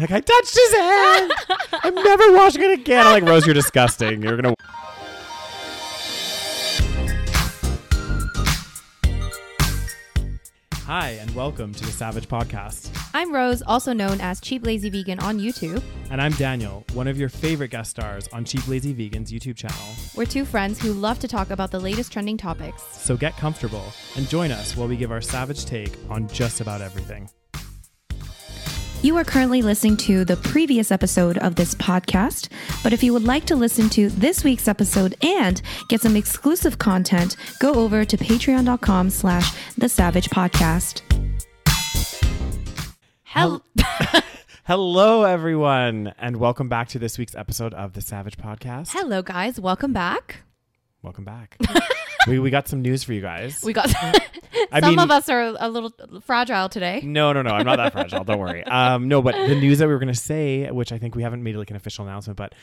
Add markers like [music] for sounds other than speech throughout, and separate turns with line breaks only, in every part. Like I touched his hand. I'm never washing it again. I'm like Rose, you're disgusting. You're gonna. Hi and welcome to the Savage Podcast.
I'm Rose, also known as Cheap Lazy Vegan on YouTube.
And I'm Daniel, one of your favorite guest stars on Cheap Lazy Vegan's YouTube channel.
We're two friends who love to talk about the latest trending topics.
So get comfortable and join us while we give our savage take on just about everything.
You are currently listening to the previous episode of this podcast, but if you would like to listen to this week's episode and get some exclusive content, go over to patreon.com slash the savage podcast. Hell
Hello, everyone, and welcome back to this week's episode of the Savage Podcast.
Hello guys, welcome back.
Welcome back. [laughs] we, we got some news for you guys.
We got [laughs] some
I mean,
of us are a little fragile today.
no, no, no. I'm not that fragile. Don't worry. Um, no, but the news that we were going to say, which I think we haven't made like an official announcement, but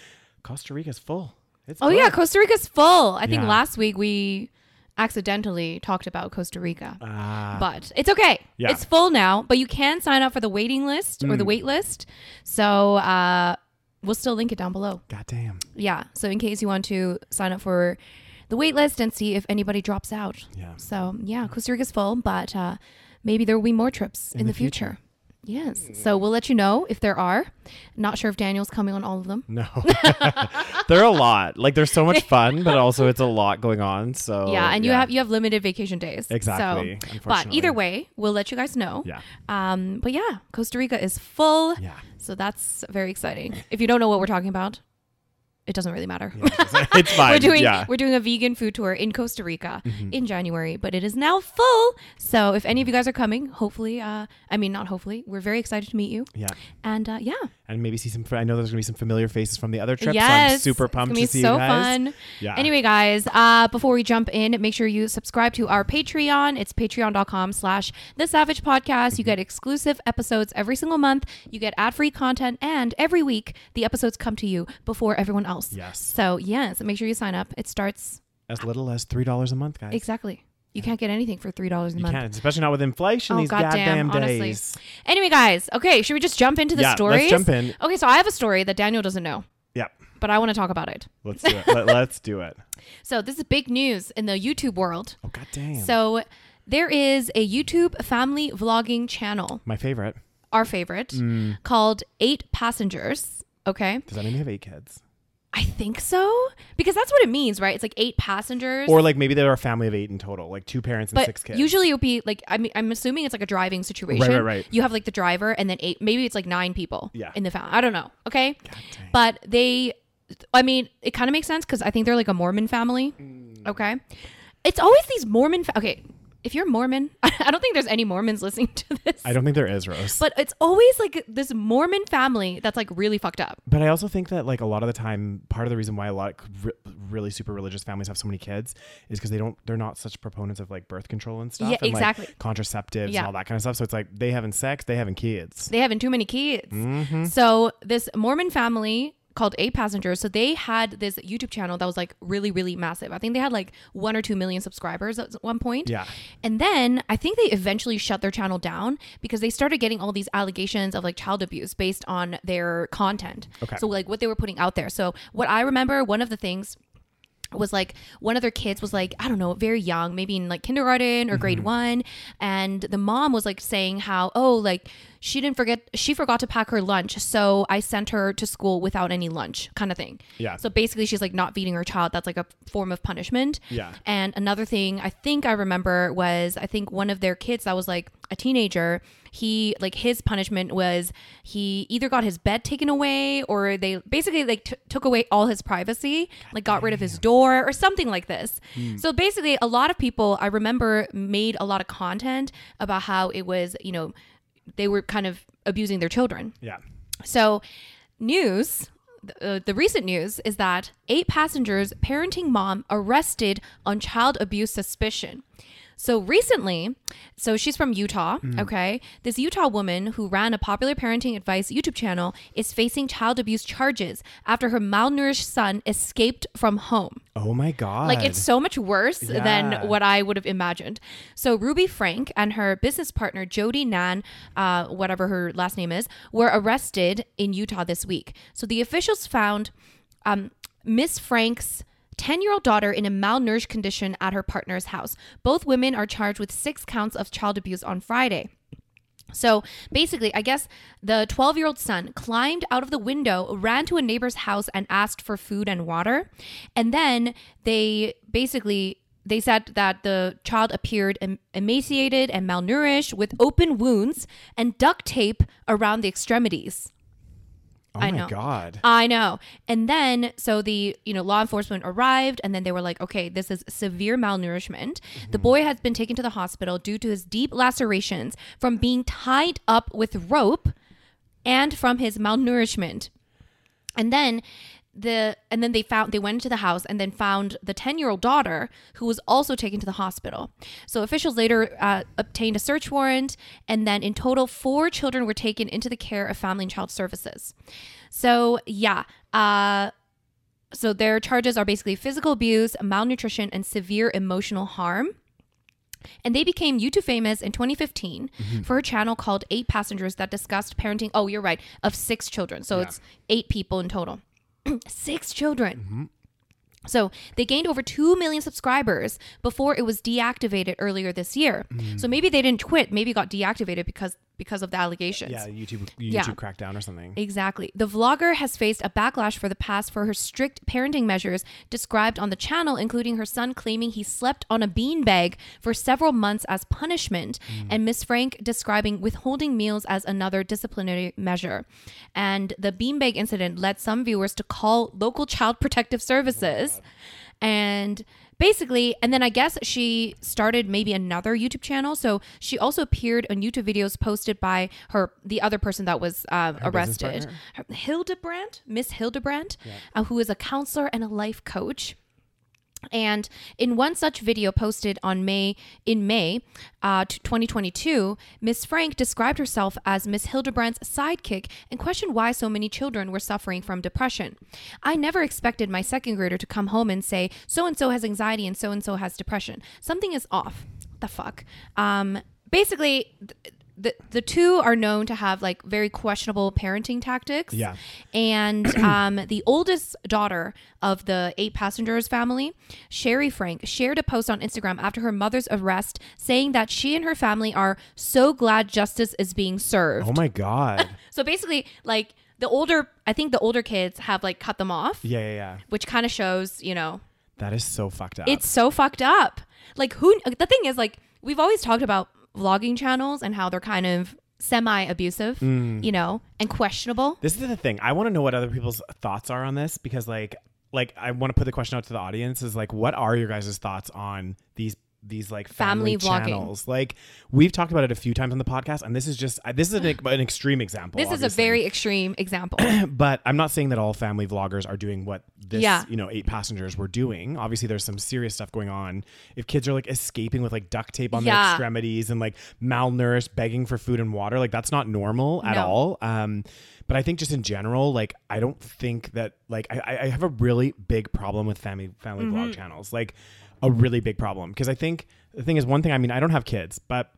Costa Rica's full. It's
Oh
full.
yeah, Costa Rica's full. I think
Yeah.
last week we accidentally talked about Costa Rica.
Ah,
but it's okay.
Yeah.
It's full now, but you can sign up for the waiting list or the wait list. So uh, we'll still link it down below.
goddamn.
Yeah. So in case you want to sign up for the wait list and see if anybody drops out.
Yeah.
So yeah, Costa Rica's full, but uh, maybe there will be more trips in, the,
the
future. Yes. So we'll let you know if there are. Not sure if Daniel's coming on all of them.
No. [laughs] They're a lot. Like, there's
[laughs]
so much fun, but also it's a lot going on. So,
yeah, and you have you have limited vacation days. So-
Oh, Exactly,
but
unfortunately.
either way, we'll let you guys know. [laughs]
Yeah.
Um, but yeah, Costa Rica is full.
Yeah. [laughs]
So that's very exciting. If you don't know what we're talking about, it doesn't really matter.
it's fine.
[laughs] we're doing
yeah. Mm-hmm.
we're doing a vegan food tour in Costa Rica in January, but it is now full. So if any of you guys are coming, hopefully, uh, I mean not hopefully, we're very excited to meet you.
yeah.
And uh, yeah,
And maybe see some, I know there's going to be some familiar faces from the other trip. So I'm
yes,
super pumped
it's gonna be
to see
so
you guys.
fun.
Yeah.
Anyway, guys, uh, before we jump in, make sure you subscribe to our Patreon. It's patreon.com slash the savage podcast. You get exclusive episodes every single month. You get ad-free content and every week the episodes come to you before everyone else.
Yes.
So yes, make sure you sign up. It starts
As little as $3 a month, guys.
exactly. You can't get anything for three dollars a
You
month.
can't, especially not with inflation
Oh,
these
goddamn,
goddamn,
honestly.
days.
Anyway, guys, okay, should we just jump into the
yeah,
stories?
let's jump in.
Okay, so I have a story that Daniel doesn't know,
Yep,
but I want to talk about it.
let's do it. Let, us do it.
So this is big news in the YouTube world.
Oh goddamn!
So there is a YouTube family vlogging channel,
my favorite.
our favorite,
Mm.
called Eight Passengers. Okay.
Does that mean they have eight kids,
I think so. Because that's what it means, right? It's like eight passengers.
or like maybe they're a family of eight in total, like two parents and
but
six kids?
usually it would be like I mean I'm assuming it's like a driving situation.
right.
You have like the driver and then eight maybe it's like nine people
Yeah.
in the family. I don't know. Okay.
God dang.
But they I mean, it kind of makes sense because I think they're like a Mormon family.
Mm.
Okay. It's always these Mormon fa- okay. If you're Mormon, [laughs] I don't think there's any Mormons listening to this.
I don't think there is Rose.
But it's always like this Mormon family that's like really fucked up.
But I also think that like a lot of the time, part of the reason why a lot of re- really super religious families have so many kids is because they don't they're not such proponents of like birth control and stuff.
Yeah,
and,
exactly.
Like, contraceptives
Yeah.
and all that kind of stuff. So it's like they having sex, they having kids.
They having too many kids. So this Mormon family called Eight Passengers, so they had this YouTube channel that was like really, really massive. I think they had like one or two million subscribers at one point.
Yeah.
And then I think they eventually shut their channel down because they started getting all these allegations of like child abuse based on their content.
Okay.
So like what they were putting out there. So what I remember, one of the things was like one of their kids was like i don't know very young maybe in like kindergarten or
Mm-hmm.
grade one and the mom was like saying how oh like she didn't forget she forgot to pack her lunch so i sent her to school without any lunch kind of thing
Yeah.
so basically she's like not feeding her child that's like a form of punishment
Yeah.
and another thing i think i remember was i think one of their kids that was like a teenager he like his punishment was he either got his bed taken away or they basically like t- took away all his privacy like got rid of his door or something like this so basically a lot of people i remember made a lot of content about how it was you know they were kind of abusing their children
Yeah.
so, news. th- Uh, the recent news is that eight passengers' parenting mom arrested on child abuse suspicion. So recently, so she's from Utah, okay? This Utah woman who ran a popular parenting advice YouTube channel is facing child abuse charges after her malnourished son escaped from home.
Oh my god!
Like it's so much worse
Yeah.
than what I would have imagined. So Ruby Frank and her business partner Jody Nan, uh, whatever her last name is, were arrested in Utah this week. So the officials found um, Miss Frank's. 10 year old daughter in a malnourished condition at her partner's house. Both women are charged with six counts of child abuse on Friday. So basically, I guess the 12 year old son climbed out of the window, ran to a neighbor's house, and asked for food and water. And then they basically. They said that the child appeared em- emaciated and malnourished with open wounds and duct tape around the extremities.
oh
I
my
know.
god.
I know. And then so the, you know, law enforcement arrived and then they were like, okay, this is severe malnourishment. The boy has been taken to the hospital due to his deep lacerations from being tied up with rope and from his malnourishment. And then the and then they found they went into the house and then found the 10 year old daughter who was also taken to the hospital so officials later uh, obtained a search warrant and then in total four children were taken into the care of family and child services so yeah uh so their charges are basically physical abuse malnutrition and severe emotional harm and they became YouTube famous in 2015 for her channel called Eight Passengers that discussed parenting. Oh, you're right, of six children. So it's eight people in total. [clears throat] six children. So they gained over 2 million subscribers before it was deactivated earlier this year. So maybe they didn't quit, maybe got deactivated because because of the allegations.
Yeah, YouTube YouTube
Yeah.
crackdown or something.
Exactly. The vlogger has faced a backlash for the past for her strict parenting measures described on the channel, including her son claiming he slept on a beanbag for several months as punishment, and Miss Frank describing withholding meals as another disciplinary measure. And the beanbag incident led some viewers to call local child protective services. and basically, and then I guess she started maybe another YouTube channel. So she also appeared on YouTube videos posted by her, the other person that was uh,
business
arrested,
partner?
Her- Hildebrand, Miss Hildebrand, uh, who is a counselor and a life coach. And in one such video posted on May in May uh, t- 2022, Miss Frank described herself as Miss Hildebrand's sidekick and questioned why so many children were suffering from depression. I never expected my second grader to come home and say so and so has anxiety and so and so has depression. Something is off. What the fuck. Um, basically. Th- the, the two are known to have like very questionable parenting tactics
Yeah. [clears throat]
and um, the oldest daughter of the eight passengers family, Sherry Frank, shared a post on Instagram after her mother's arrest saying that she and her family are so glad justice is being served.
Oh my god.
So basically, like the older, I think the older kids have like cut them off,
yeah, yeah, yeah.
which kind of shows, you know,
That is so fucked up.
it's so fucked up. Like who the thing is like we've always talked about vlogging channels and how they're kind of semi abusive,
Mm.
you know, and questionable.
This is the thing. I want to know what other people's thoughts are on this because like like I want to put the question out to the audience is like what are your guys' thoughts on these these like family,
Family vlogging.
channels? Like we've talked about it a few times on the podcast and this is just I- this is an, an extreme example.
This is a
obviously.
very extreme example.
[clears throat] but I'm not saying that all family vloggers are doing what this,
Yeah.
you know, eight passengers were doing. Obviously, there's some serious stuff going on. If kids are like escaping with like duct tape on their
Yeah.
extremities and like malnourished, begging for food and water, like that's not normal at
No.
all. Um, but I think just in general, like I don't think that like I- I, I have a really big problem with family family
Mm-hmm.
vlog channels, like a really big problem because I think the thing is one thing. I mean, I don't have kids, but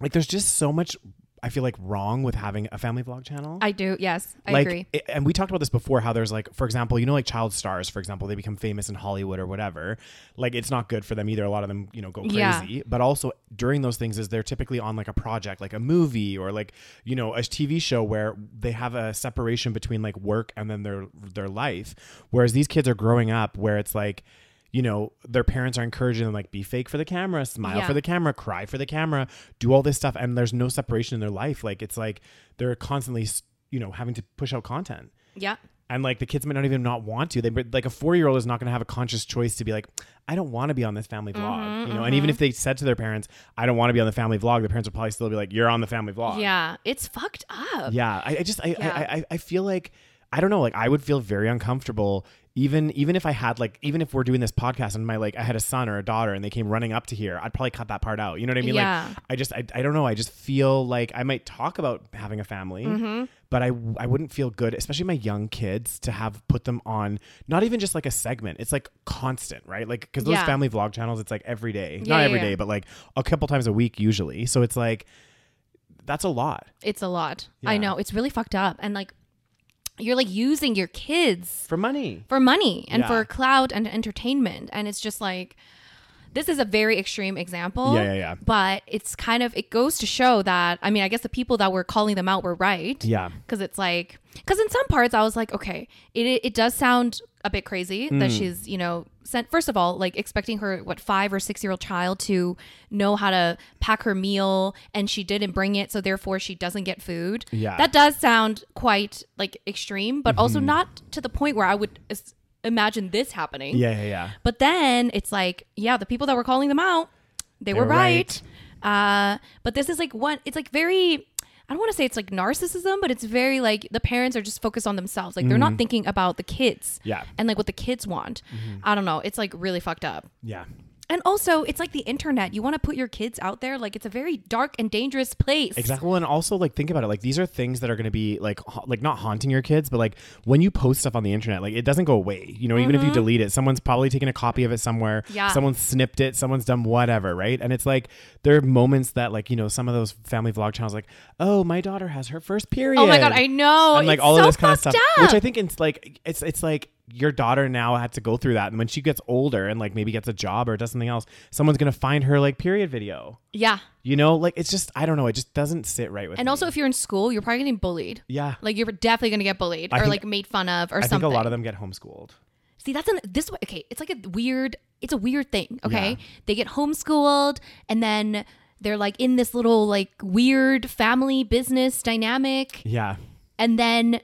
like there's just so much. I feel like wrong with having a family vlog channel
I do. Yes, I
like,
agree.
i- and we talked about this before how there's like, for example, you know, like child stars, for example, they become famous in Hollywood or whatever. Like, it's not good for them either. A lot of them, you know, go crazy.
Yeah.
But also during those things, is they're typically on like a project, like a movie or like, you know, a TV show where they have a separation between like work and then their their life. Whereas these kids are growing up where it's like, you know, their parents are encouraging them like be fake for the camera, smile
Yeah.
for the camera, cry for the camera, do all this stuff, and there's no separation in their life. Like it's like they're constantly, s- you know, having to push out content,
Yeah.
and like the kids might not even not want to. They but, like a four year old is not going to have a conscious choice to be like, I don't want to be on this family vlog, you know. And even if they said to their parents, I don't want to be on the family vlog, the parents would probably still be like, You're on the family vlog,
Yeah. It's fucked up.
yeah, I, I just I,
Yeah.
I, I I feel like I don't know. Like I would feel very uncomfortable even even if I had like even if we're doing this podcast and my like I had a son or a daughter and they came running up to here, I'd probably cut that part out. You know what I mean?
Yeah.
Like I just I, I don't know. I just feel like I might talk about having a family,
Mm-hmm.
but I I wouldn't feel good, especially my young kids, to have put them on not even just like a segment. It's like constant, right? Like because those
Yeah.
family vlog channels, it's like every day,
Yeah,
not
yeah,
every day,
yeah.
but like a couple times a week usually. So it's like that's a lot
It's a lot. I
Yeah.
know. It's really fucked up. And like, you're like using your kids
for money.
for money and
Yeah.
for clout and entertainment. And it's just like, this is a very extreme example.
Yeah, yeah, yeah.
But it's kind of, it goes to show that, I mean, I guess the people that were calling them out were right.
Yeah.
Because it's like, because in some parts I was like, okay, it, it does sound a bit crazy that she's, you know, sent, first of all, like expecting her, what, five or six year old child to know how to pack her meal and she didn't bring it. So therefore she doesn't get food.
Yeah.
That does sound quite like extreme, but also not to the point where I would is- imagine this happening.
Yeah, yeah, yeah.
But then it's like, yeah, the people that were calling them out, they were
were
right. Uh, but this is like one, it's like very, I don't want to say it's like narcissism, but it's very like the parents are just focused on themselves. Like they're not thinking about the kids
Mm-hmm. Yeah. Mm-hmm.
and like what the kids want. I don't know. It's like really fucked up.
Yeah.
And also, it's like the internet. You want to put your kids out there. Like it's a very dark and dangerous place.
Exactly. Well, and also like think about it. Like these are things that are going to be like ha- like not haunting your kids, but like when you post stuff on the internet, like it doesn't go away. You know, even if you delete it, someone's probably taken a copy of it somewhere.
Mm-hmm. Yeah.
Someone's snipped it. Someone's done whatever, right? And it's like there are moments that like you know some of those family vlog channels, like oh my daughter has her first period.
Oh my god, I know.
And like
it's
all
so
of this kind of
fucked
stuff,
Up.
which I think it's like it's it's like your daughter now had to go through that, and when she gets older and like maybe gets a job or does something else, someone's gonna find her like period video.
yeah.
You know, like it's just I don't know. It just doesn't sit right with.
And
me.
also, if you're in school, you're probably getting bullied.
yeah,
Like you're definitely gonna get bullied
I
or
think-
like made fun of or
I
something.
think a lot of them get homeschooled.
See, that's an this way. Okay, it's like a weird. It's a weird thing. Okay, they get homeschooled and then they're like in this little like weird family business dynamic,
Yeah,
and then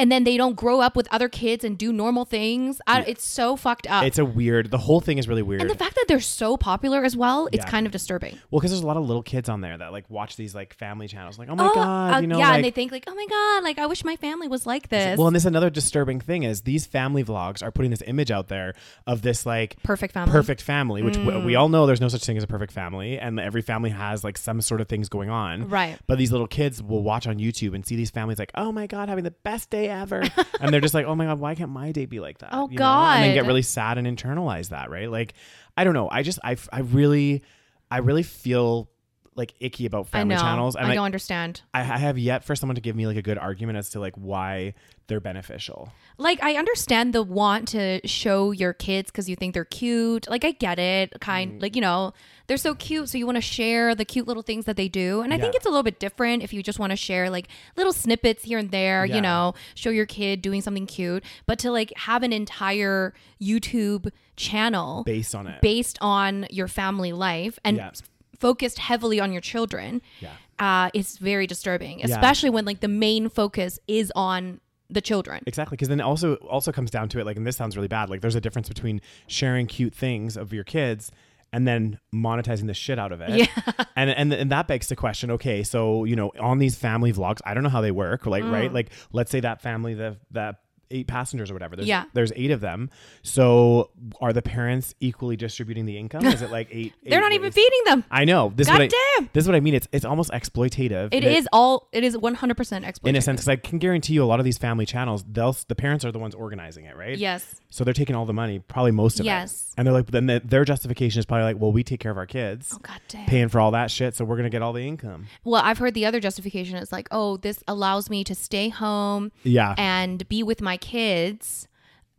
and then they don't grow up with other kids and do normal things. I, it's so fucked up.
it's a weird. The whole thing is really weird.
Ah. and the fact that they're so popular as well, it's
Yeah.
kind of disturbing.
well, because there's a lot of little kids on there that like watch these like family channels. Like, oh my
Oh,
god,
uh,
you know,
yeah,
like,
and they think like, oh my god, like I wish my family was like this.
Well, and this another disturbing thing is these family vlogs are putting this image out there of this like
perfect family. Mm.
perfect family, which w- we all know there's no such thing as a perfect family, and every family has like some sort of things going on.
Right.
But these little kids will watch on YouTube and see these families like, oh my god, having the best day
[laughs]
ever, and they're just like, oh my god, why can't my day be like that?
Oh,
and then get
God.
really sad and internalize that, right? Like, I don't know. I just I I really I really feel like icky about
I
family
know.
channels.
I
And like,
don't understand.
I, I have yet for someone to give me like a good argument as to like why they're beneficial.
Like I understand the want to show your kids because you think they're cute. Like I get it, kind
Mm.
like you know they're so cute, so you want to share the cute little things that they do. And I think
Yeah.
it's a little bit different if you just want to share like little snippets here and there.
Yeah.
You know, show your kid doing something cute, but to like have an entire YouTube channel
based on it.
based on your family life and
Yeah.
f- focused heavily on your children
Yeah.
uh, is very disturbing, especially when like the main focus is on the children.
Exactly, because then also also comes down to it. Like, and this sounds really bad. Like, there's a difference between sharing cute things of your kids and then monetizing the shit out of it. Yeah. [laughs] And and and that begs the question. Okay, so you know, on these family vlogs, I don't know how they work. Like,
Mm.
right? Like, let's say that family that that eight passengers or whatever. There's,
Yeah.
There's eight of them. So are the parents equally distributing the income? Is it like eight?
[laughs] They're
eight
not even
ways?
feeding them.
I know. This is what I,
Goddamn.
this is what I mean. It's it's almost exploitative.
It
And
is all. It is one hundred percent
in a
exploitation.
sense, 'cause I can guarantee you a lot of these family channels, they'll the parents are the ones organizing it, right?
Yes.
So they're taking all the money, probably most of it.
Yes.
And they're like, then the, their justification is probably like, well, we take care of our kids,
Oh god damn.
paying for all that shit, so we're gonna get all the income.
Well, I've heard the other justification is like, oh, this allows me to stay home
Yeah.
and be with my kids.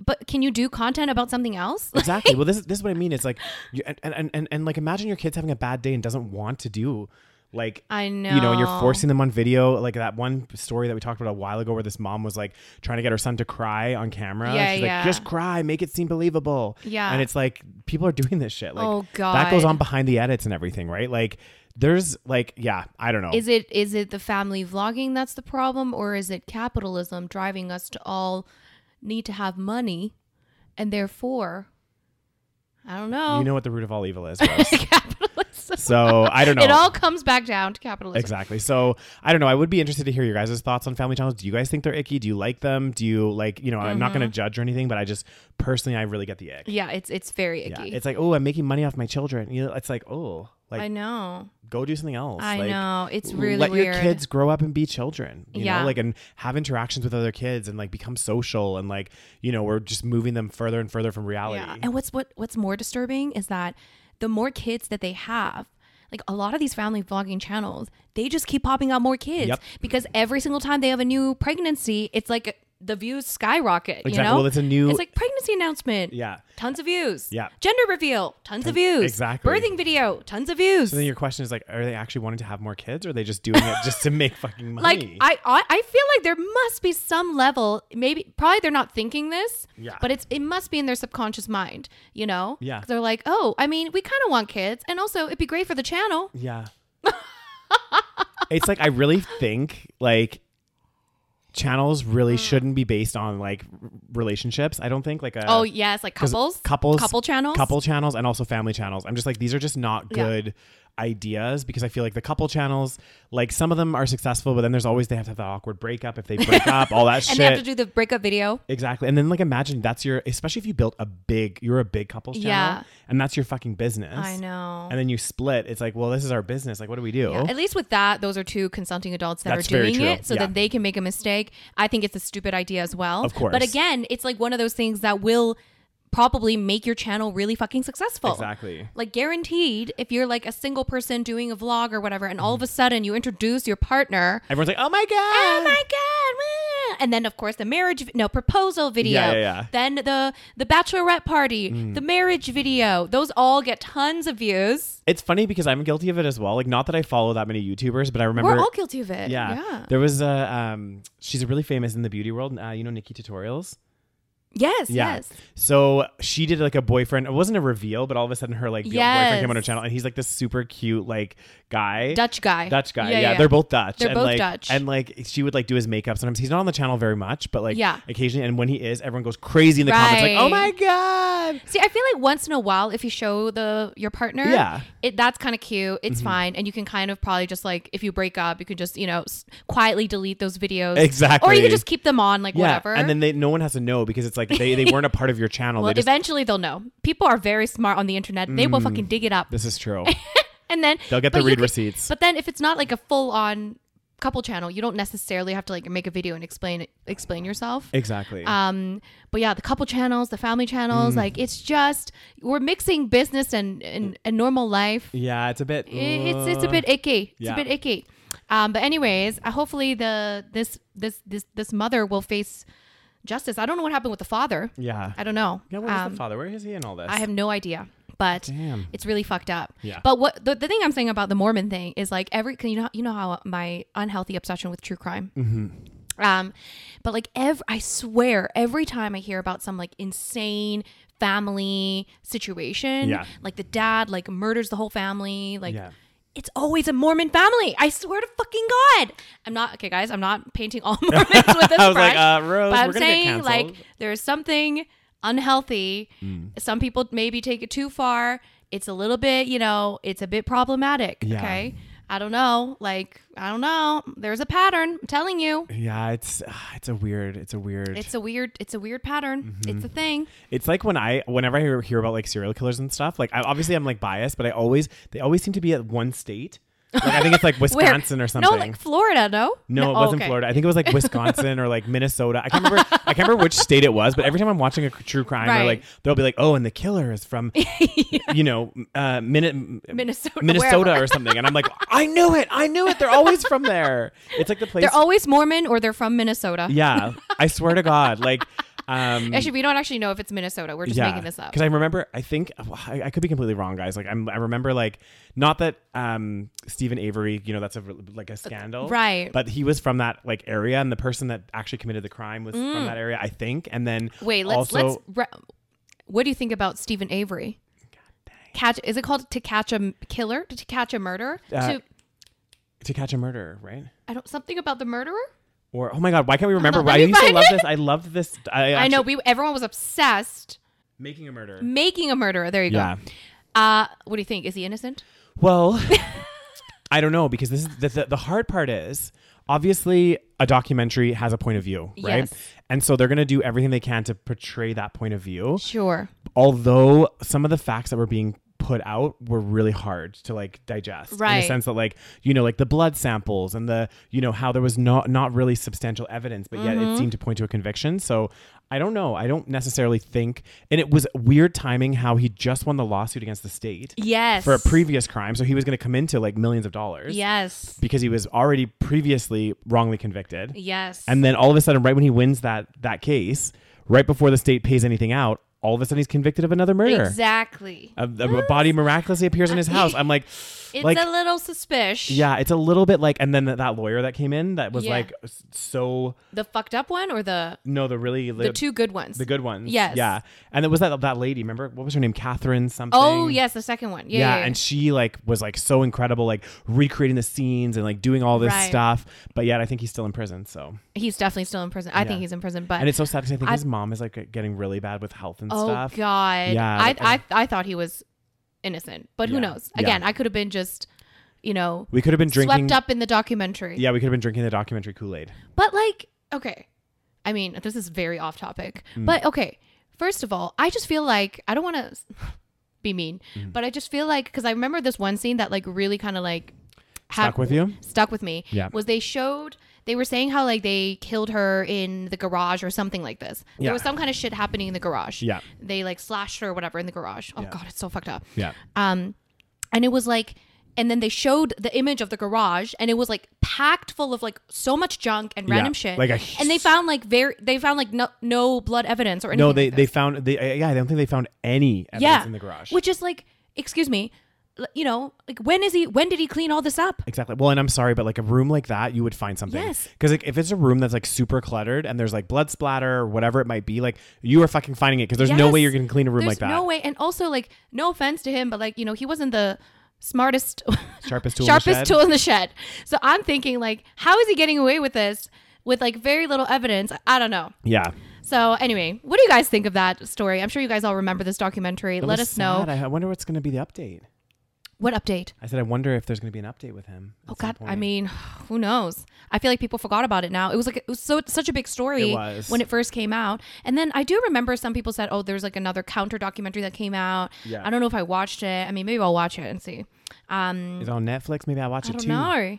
But can you do content about something else?
[laughs]
[laughs]
Exactly. Well, this is this is what I mean. It's like, you, and, and and and like, imagine your kid's having a bad day and doesn't want to do, like,
I
you know, and
know.
you're forcing them on video. Like that one story that we talked about a while ago, where this mom was like trying to get her son to cry on camera.
Yeah,
She's
yeah.
like, just cry, make it seem believable.
Yeah.
and it's like people are doing this shit. Like,
Oh,
that goes
God.
on behind the edits and everything, right? Like, there's like, yeah, I don't know.
Is it is it the family vlogging that's the problem, or is it capitalism driving us to all need to have money, and therefore, I don't know. [laughs]
you know what the root of all evil is? Rose?
capitalism.
So I don't know.
[laughs] It all comes back down to capitalism.
Exactly. So I don't know. I would be interested to hear your guys' thoughts on family channels. Do you guys think they're icky? Do you like them? Do you like, you know, I'm not going to
Mm-hmm.
judge or anything, but I just personally, I really get the ick.
Yeah, it's it's very
Yeah.
icky.
It's like, oh, I'm making money off my children. You know, it's like, oh, like
I know.
go do something else.
I
like,
know. It's really
let
weird.
your kids grow up and be children. You
Yeah.
know, like and have interactions with other kids and like become social and like, you know, we're just moving them further and further from reality.
Yeah. And what's what what's more disturbing is that the more kids that they have, like a lot of these family vlogging channels, they just keep popping out more kids
Yep.
because every single time they have a new pregnancy, it's like the views skyrocket. You
Exactly.
know,
Well, it's a new-
It's like pregnancy announcement.
Yeah.
Tons of views.
Yeah.
Gender reveal. Tons of views.
exactly.
Birthing video. Tons of views.
And then your question is like, are they actually wanting to have more kids or are they just doing it just
[laughs]
to make fucking money?
like I, I i feel like there must be some level maybe probably they're not thinking this
Yeah.
but it's it must be in their subconscious mind you know
Yeah.
they're like oh i mean we kind of want kids and also it'd be great for the channel [laughs]
Yeah. it's like I really think like channels really
Mm.
shouldn't be based on like r- relationships. I don't think like a
oh yes like
'cause
couples
couples
couple channels
couple channels and also family channels. I'm just like these are just not
Yeah.
good ideas because I feel like the couple channels like some of them are successful but then there's always they have to have the awkward breakup if they
[laughs]
break up all that
and
shit.
they have to do the breakup video
Exactly. And then like imagine that's your especially if you built a big you're a big couples channel
Yeah.
and that's your fucking business.
i know
And then you split. It's like, well, this is our business. Like what do we do?
Yeah, at least with that, those are two consulting adults that
That's
are
very
doing
true.
it so
Yeah.
that they can make a mistake. I think it's a stupid idea as well.
Of course.
But again, it's like one of those things that will probably make your channel really fucking successful.
Exactly.
Like guaranteed, if you're like a single person doing a vlog or whatever, and all
Mm-hmm.
of a sudden you introduce your partner.
Everyone's like, "Oh my god!"
Oh my god! wah." And then, of course, the marriage, vi- no proposal video.
Yeah, yeah, yeah. Mm.
Then the the bachelorette party, the marriage video. Those all get tons of views.
It's funny because I'm guilty of it as well. Like, not that I follow that many YouTubers, but I remember.
We're all guilty of it.
yeah,
yeah.
there was a. Um, she's really famous in the beauty world. Uh, you know, Nikki Tutorials.
Yes,
Yeah.
yes.
So she did like a boyfriend. It wasn't a reveal, but all of a sudden her like the boyfriend came on her
Yes.
channel, and he's like this super cute like guy.
Dutch guy.
Dutch guy, yeah, they're both Dutch.
They're
and
both
like,
Dutch.
and like she would like do his makeup. Sometimes he's not on the channel very much, but like
Yeah.
occasionally. And when he is, everyone goes crazy in the comments, like,
Right.
"Oh my god!"
See, I feel like once in a while, if you show the your partner,
Yeah. Mm-hmm.
it, that's kind of cute. It's fine, and you can kind of probably just like if you break up, you can just you know s- quietly delete those videos, or you
Exactly.
can just keep them on, like whatever.
and then they, no one has to know because it's like they, they weren't a part of your channel.
[laughs] well,
they just
eventually they'll know. People are very smart on the internet; they will fucking dig it up,
This is
[laughs]
true.
and then
Mm. They'll get
but
the
you
read
could-
receipts.
But then if it's not like a full on couple channel, you don't necessarily have to like make a video and explain explain yourself.
exactly.
Um, but yeah, the couple channels, the family channels,
Mm.
like it's just we're mixing business and and, and normal life.
yeah, it's a bit. uh,
I- It's it's a bit icky. It's
Yeah.
a bit icky. Um, but anyways, uh, hopefully the this this this this mother will face justice. I don't know what happened with the father.
Yeah.
I don't know.
Yeah, where's
Um,
the father? Where is he in all this?
I have no idea. But
Damn.
it's really fucked up.
Yeah.
But what the, the thing I'm saying about the Mormon thing is like every 'cause you know you know how my unhealthy obsession with true crime.
Mm-hmm.
Um, but like every I swear every time I hear about some like insane family situation,
Yeah.
like the dad like murders the whole family, like.
Yeah.
It's always a Mormon family. I swear to fucking God. I'm not okay, guys. I'm not painting all [laughs] Mormons with
[laughs]
this
I was like,
brush,
uh, Rose,
but
we're
I'm
gonna get
saying like
canceled.
there's something unhealthy.
Mm.
Some people maybe take it too far. It's a little bit, you know, it's a bit problematic.
Yeah.
Okay. I don't know. Like, I don't know. There's a pattern. I'm telling you.
yeah, it's ah, it's a weird. It's a weird.
It's a weird, it's a weird pattern. It's a thing.
Mm-hmm. It's like when I, whenever I hear, hear about like serial killers and stuff, like I, obviously I'm like biased, but I always they always seem to be at one state. Like I think it's
[laughs]
like Wisconsin or something.
No, like Florida, no?
No, it
oh,
wasn't
okay.
Florida. I think it was like Wisconsin or like Minnesota. I can't remember. I can't remember which state it was. But every time I'm watching a true crime, they're
Right.
like they'll be like, "Oh, and the killer is
[laughs]
from, you know, uh, Min-
Minnesota,
Minnesota
wherever.
or something." And I'm like, "I knew it. I knew it. They're always from there. It's like the place."
They're always Mormon or they're from Minnesota.
yeah, I swear to God, like. Um,
Actually, we don't actually know if it's Minnesota. We're just making this up.
Because I remember, I think I, I could be completely wrong, guys. Like I'm, I remember, like not that um Stephen Avery, you know, that's a like a scandal,
Right.
But he was from that like area, and the person that actually committed the crime was from that area, I think. And then
Mm. Wait, let's
also,
let's. Re- what do you think about Stephen Avery? Catch is it called to catch a M- killer? To catch a murderer?
Uh,
to
to catch a murderer, right?
I don't something about the murderer?
Or oh my god, why can't we remember?
[laughs] let
I
me
used to
find
love
it.
this. I loved this. I,
I know
actually-
we everyone was obsessed
making a murder.
making a murderer. There you
Yeah.
go. Uh, what do you think? Is he innocent? [laughs]
Well, I don't know because this is the, the, the hard part is obviously a documentary has a point of view, right?
Yes.
And so they're going to do everything they can to portray that point of view.
Sure.
Although some of the facts that were being put out were really hard to like digest in
Right.
the sense that like you know like the blood samples and the you know how there was not not really substantial evidence but yet
Mm-hmm.
it seemed to point to a conviction so i don't know i don't necessarily think and it was weird timing how he just won the lawsuit against the state
Yes.
for a previous crime. So he was going to come into like millions of dollars
Yes.
because he was already previously wrongly convicted.
Yes.
And then all of a sudden, right when he wins that that case, right before the state pays anything out, all of a sudden he's convicted of another murder.
exactly.
A, a- a body miraculously appears in his house. I'm like,
It's
Uh, like,
a little suspicious.
yeah, it's a little bit like, and then that, that lawyer that came in that was
Yeah.
like s- so
The fucked up one or the
no, the really
the two good ones.
the good ones,
Yes.
yeah, and it was that that lady. Remember what was her name? Catherine something.
oh yes, the second one. Yeah.
yeah,
yeah, yeah.
and she like was like so incredible like recreating the scenes and like doing all this
Right.
stuff but yet i think he's still in prison so
he's definitely still in prison. I think he's in prison, but
and it's so sad because i think his mom is like getting really bad with health and
oh
stuff
god.
Yeah,
I,
like,
I I thought he was innocent, but
Yeah.
who knows?
Yeah.
Again, I could have been just, you know,
we could have been drinking
swept up in the documentary.
yeah we could have been drinking the documentary kool-aid
But like, okay. I mean, this is very off topic.
Mm.
But okay. First of all, I just feel like I don't want to [laughs] be mean,
Mm.
but I just feel like cuz I remember this one scene that like really kind of like had-
Stuck with you?
Stuck with me.
Yeah.
Was they showed they were saying how like they killed her in the garage or something like this.
Yeah.
There was some kind of shit happening in the garage.
Yeah.
They like slashed her or whatever in the garage. Oh god, it's so fucked up
yeah
um and it was like and then they showed the image of the garage and it was like packed full of like so much junk and
Yeah,
random shit
like a-
and they found like very they found like no, no blood evidence or anything
no they
like
they
this.
found they uh, yeah i don't think they found any evidence
yeah
in the garage
which is like excuse me l- you know like when is he when did he clean all this up
Exactly. Well, and I'm sorry, but like a room like that, you would find something.
Yes.
Because like if it's a room that's like super cluttered and there's like blood splatter or whatever it might be, like you are fucking finding it because there's no
Yes.
way you're going to clean a room
there's
like that.
no way and also like no offense to him but like you know he wasn't the smartest [laughs]
Sharpest tool. in the
sharpest
shed.
tool in the shed so i'm thinking like how is he getting away with this with like very little evidence I- i don't know
Yeah.
So anyway, what do you guys think of that story? I'm sure you guys all remember this documentary.
That
Let
was
us know
sad. I I wonder what's going to be the update.
what update.
I said, I wonder if there's going to be an update with him. at
Oh
some
God, I
point."
mean, who knows? I feel like people forgot about it now. It was like it was so such a big story
It was.
when it first came out, and then I do remember some people said, "Oh, there's like another counter documentary that came out."
Yeah.
I don't know if I watched it. I mean, maybe I'll watch it and see. Um,
is it on Netflix? Maybe I watch
I
it
don't
too.
know.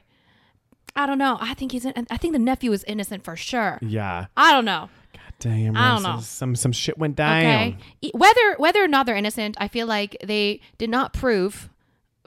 I don't know. I think he's. In, I think the nephew is innocent for sure.
Yeah.
I don't know.
Damn.
I
Ross,
don't know.
Some some shit went down.
Okay. E- Whether whether or not they're innocent, I feel like they did not prove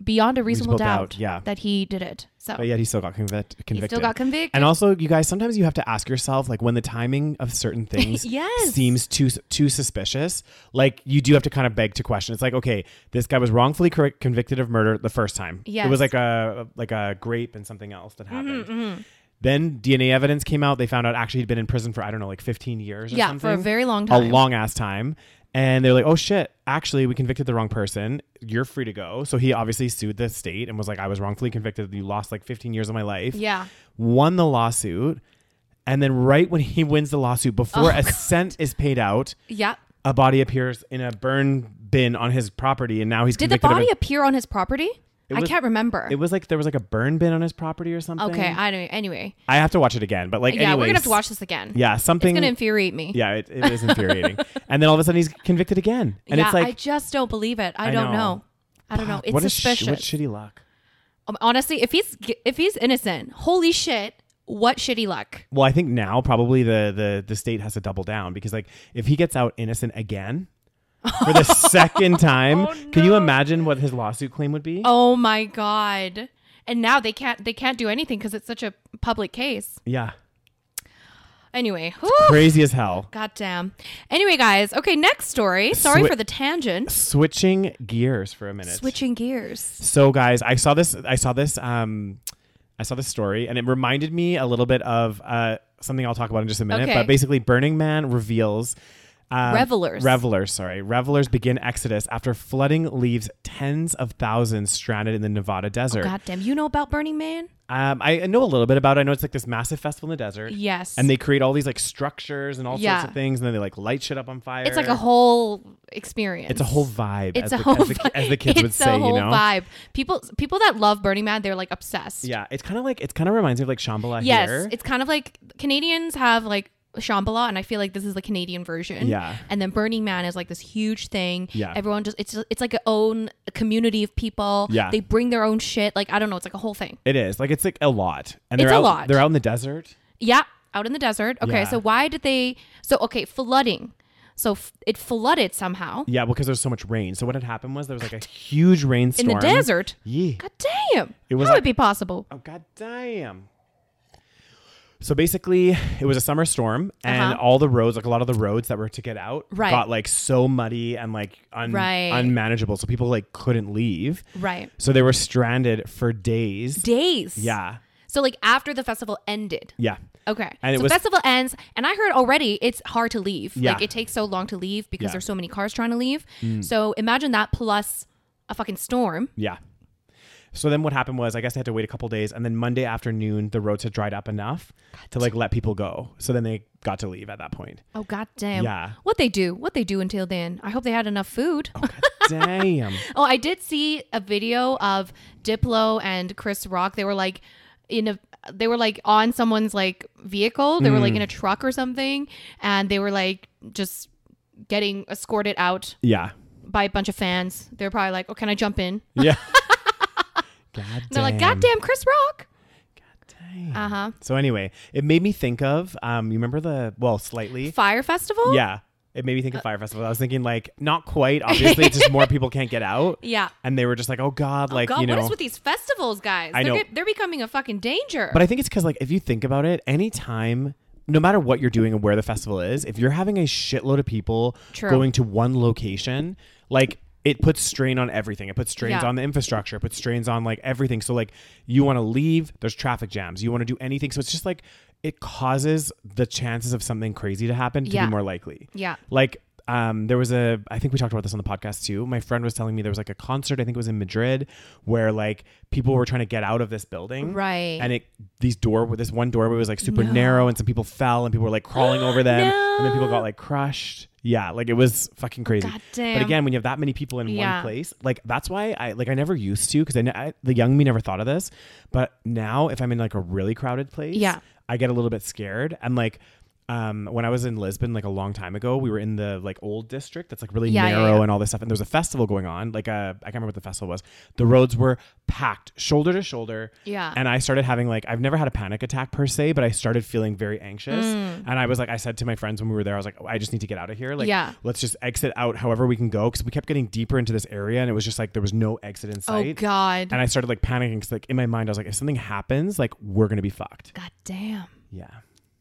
beyond a reasonable,
Reasonable
doubt,
doubt, yeah.
that he did it. So
But yet he still got convict- convicted.
he still got convicted.
And also, you guys, sometimes you have to ask yourself, like, when the timing of
[laughs]
certain things
Yes.
seems too too suspicious, like you do have to kind of beg to question. It's like, okay, this guy was wrongfully cor- convicted of murder the first time.
Yes. Mm-hmm,
it was like a like a grape and something else that happened. Then DNA evidence came out. They found out actually he'd been in prison for I don't know, like 15 years. Or
yeah,
something
for a very long time.
a long ass time. And they're like, oh shit, actually, we convicted the wrong person. You're free to go. So he obviously sued the state and was like, I was wrongfully convicted. You lost like 15 years of my life.
Yeah.
Won the lawsuit. And then, right when he wins the lawsuit,
Oh
before a cent is paid out,
Yeah.
a body appears in a burn bin on his property. And now he's
Did the
convicted
body
of
appear on his property? I
was-
can't remember.
it was like there was like a burn bin on his property or something.
okay. I don't. Anyway.
I have to watch it again. But like,
Yeah, we're gonna
anyways,
have to watch this again.
Yeah,
It's
something.
gonna infuriate me.
yeah, it, it is
[laughs]
infuriating. and then all of a sudden he's convicted again. And
Yeah,
it's like,
I just don't believe it. I,
I
don't know.
know.
I don't know. It's
what a sh-
suspicious.
what shitty luck.
Um, Honestly, if he's if he's innocent, holy shit, what shitty luck.
Well, I think now probably the the the state has to double down because like if he gets out innocent again for
[laughs]
the second time, can you imagine what his lawsuit claim would be?
Oh my god. And now they can't they can't do anything cuz it's such a public case.
Yeah,
Anyway,
crazy as hell.
god damn. Anyway, guys, okay, next story. Sorry
Swi-
for the tangent.
Switching gears for a minute.
Switching gears.
So guys, I saw this. I saw this. Um, I saw this story, and it reminded me a little bit of uh, something I'll talk about in just a minute.
Okay.
But basically, Burning Man reveals Um,
Revelers.
Revelers, sorry. Revelers begin exodus after flooding leaves tens of thousands stranded in the Nevada desert.
Oh, God damn, you know about Burning Man?
um, I I know a little bit about it. I know it's like this massive festival in the desert.
Yes.
And they create all these like structures and all
Yeah.
sorts of things. And then they like light shit up on fire.
it's like a whole experience.
It's a whole vibe.
It's
as
a
the,
whole
as the,
vibe.
as the kids
[laughs] it's
would
a
say,
whole
you know.
vibe. People people that love Burning Man, they're like obsessed.
Yeah, it's kind of like it's kind of reminds me of like Shambhala
Yes,
here.
it's kind of like Canadians have like Shambhala, and I feel like this is the Canadian version.
Yeah.
and then Burning Man is like this huge thing.
Yeah.
everyone just it's it's like a own community of people.
Yeah.
they bring their own shit. Like I don't know, it's like a whole thing.
It is like it's like a lot, and
It's
they're
a
out,
lot.
They're out in the desert.
Yeah, out in the desert. Okay,
Yeah.
so why did they? So okay, flooding. So f- it flooded somehow
Yeah, because there's so much rain. So what had happened was there was like a huge rainstorm
in the desert.
Yeah.
God damn!
It was
How
like-
would it be possible?
Oh god damn. So basically, it was a summer storm, and
Uh-huh.
all the roads, like a lot of the roads that were to get out,
Right.
got like so muddy and like un-
Right.
unmanageable. So people like couldn't leave.
Right.
So they were stranded for days.
Days.
yeah,
So like after the festival ended.
yeah.
Okay.
And it
so
was-
festival ends, and I heard already it's hard to leave.
Yeah.
Like it takes so long to leave because
Yeah. Mm.
there's so many cars trying to leave. So imagine that plus a fucking storm.
Yeah. So then what happened was I guess they had to wait a couple days and then Monday afternoon the roads had dried up enough to like let people go. So then they got to leave at that
[laughs]
point.
Oh god damn.
Yeah.
What they do? What they do until then? I hope they had enough food. [laughs] Oh,
Damn.
I did see a video of Diplo and Chris Rock. They were like in a they were like on someone's like vehicle. They were
Mm.
like in a truck or something and they were like just getting escorted out
Yeah.
by a bunch of fans. They're probably like, "Oh, can I jump in?"
Yeah. God damn.
[laughs] They're like, "God damn, Chris Rock."
Damn.
Uh huh.
So anyway, it made me think of um you remember the well, slightly.
Fire Uh, festival.
Yeah. It made me think of Fire Festival. I was thinking like not quite, obviously it's just
[laughs]
more people can't get out.
Yeah.
And they were just like, "Oh god, like,
God,
you know."
what is with these festivals, guys?
I
they're,
know.
get- they're becoming a fucking danger.
But I think it's because, like, if you think about it, anytime, no matter what you're doing and where the festival is, if you're having a shitload of people
True.
going to one location, like, it puts strain on everything. It puts strains
Yeah.
on the infrastructure. It puts strains on like everything. So like you want to leave, there's traffic jams. You want to do anything. So it's just like it causes the chances of something crazy to happen to
Yeah.
be more likely.
yeah.
Like um, there was a, I think we talked about this on the podcast too. My friend was telling me there was like a concert. I think it was in Madrid where like people were trying to get out of this building,
Right.
And it these door, this one doorway was like super
No.
narrow, and some people fell, and people were like crawling
[gasps]
over them, and then people
No.
got like crushed. Yeah, like it was fucking crazy.
God damn.
But again, when you have that many people in
Yeah.
one place, like that's why I like I never used to because I, ne- I the young me never thought of this, but now if I'm in like a really crowded place,
Yeah.
I get a little bit scared. And like, um, when I was in Lisbon, like a long time ago, we were in the like old district that's like really
Yeah, yeah,
narrow
yeah.
and all this stuff. And there was a festival going on. Like, uh, I can't remember what the festival was. The roads were packed, shoulder to shoulder.
Yeah.
And I started having like I've never had a panic attack per se, but I started feeling very anxious.
Mm.
And I was like, I said to my friends when we were there, I was like, "Oh, I just need to get out of here. Like,
Yeah.
let's just exit out however we can go because we kept getting deeper into this area, and it was just like there was no exit in sight.
oh God.
And I started like panicking because like in my mind I was like, if something happens, like we're gonna be fucked.
God damn.
Yeah.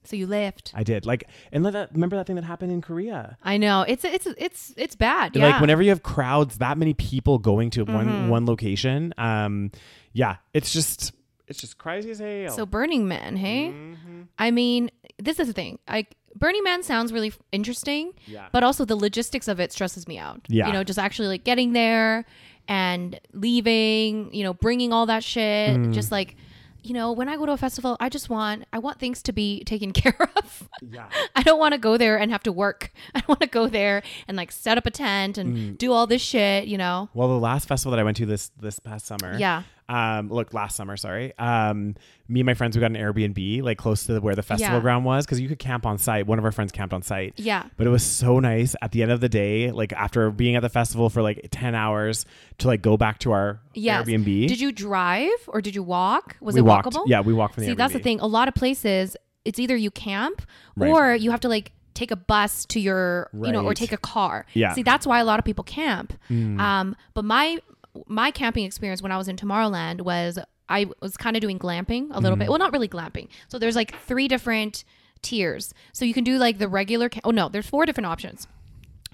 So you left.
I did. Like, and let that, remember that thing that happened in Korea.
I know. It's it's it's it's bad.
And,
Yeah. Mm-hmm.
Like, whenever you have crowds, that many people going to one one location, um, yeah, it's just it's just crazy as hell.
so Burning Man, hey.
Mm-hmm.
I mean, this is the thing. Like Burning Man sounds really f- interesting,
Yeah.
but also the logistics of it stresses me out.
Yeah.
You know, just actually like getting there and leaving, you know, bringing all that shit.
Mm.
Just like, you know, when I go to a festival, I just want I want things to be taken [laughs] care of.
yeah,
I don't want to go there and have to work. [laughs] I don't want to go there and like set up a tent and
Mm.
do all this shit, you know.
Well, the last festival that I went to this this past summer,
Yeah.
um, look, last summer, sorry, um, me and my friends we got an Airbnb like close to where the festival
Yeah.
ground was because you could camp on site. One of our friends camped on site,
Yeah.
but it was so nice at the end of the day, like after being at the festival for like ten hours to like go back to our
Yes.
Airbnb.
Did you drive or did you walk? Was
E? we
it
walked.
walkable?
Yeah, we walked from the
See,
Airbnb.
that's the thing. A lot of places, it's either you camp
Right.
or you have to like take a bus to your, you know, or
Right.
take a car.
Yeah. Mm.
See, that's why a lot of people camp. Um, but my my camping experience when I was in Tomorrowland was I was kind of doing glamping a
Mm.
little bit. Well, not really glamping. So there's like three different tiers. So you can do like the regular. Ca- oh no, there's four different options.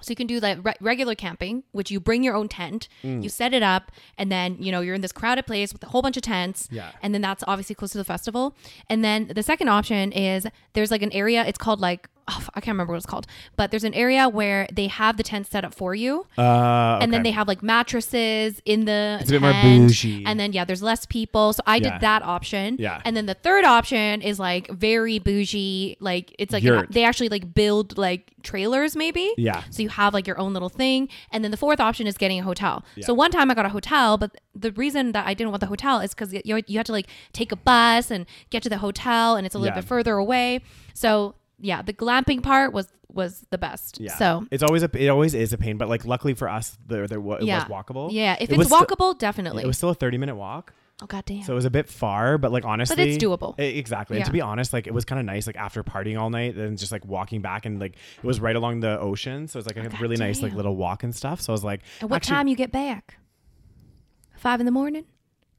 So you can do like re- regular camping, which you bring your own tent,
Mm.
you set it up, and then you know you're in this crowded place with a whole bunch of tents,
Yeah.
and then that's obviously close to the festival. And then the second option is there's like an area, it's called like oh, I can't remember what it's called, but there's an area where they have the tent set up for you,
Uh,
and then
okay.
they have like mattresses in the
a bit more
tent,
bougie.
and then yeah, there's less people. So I
Yeah.
did that option.
Yeah.
and then the third option is like very bougie, like it's like
Yurt.
they actually like build like trailers maybe.
Yeah.
So you have like your own little thing. And then the fourth option is getting a hotel.
Yeah.
So one time I got a hotel, but the reason that I didn't want the hotel is because you, you had to like take a bus and get to the hotel and it's a little
Yeah.
bit further away. So yeah, the glamping part was was the best.
Yeah.
So
it's always a it always is a pain, but like luckily for us, there there was,
yeah.
it was walkable.
Yeah. If
It was
it's
sti-
walkable, definitely.
it was still a thirty minute walk,
oh god damn.
so it was a bit far, but like honestly,
doable.
E- exactly. And to
Yeah.
be honest, like it was kind of nice, like after partying all night, then just like walking back and like it was right along the ocean, so it's like a really nice like
goddamn.
little walk and stuff. So I was like,
At what
actually,
time you get back? Five in the morning?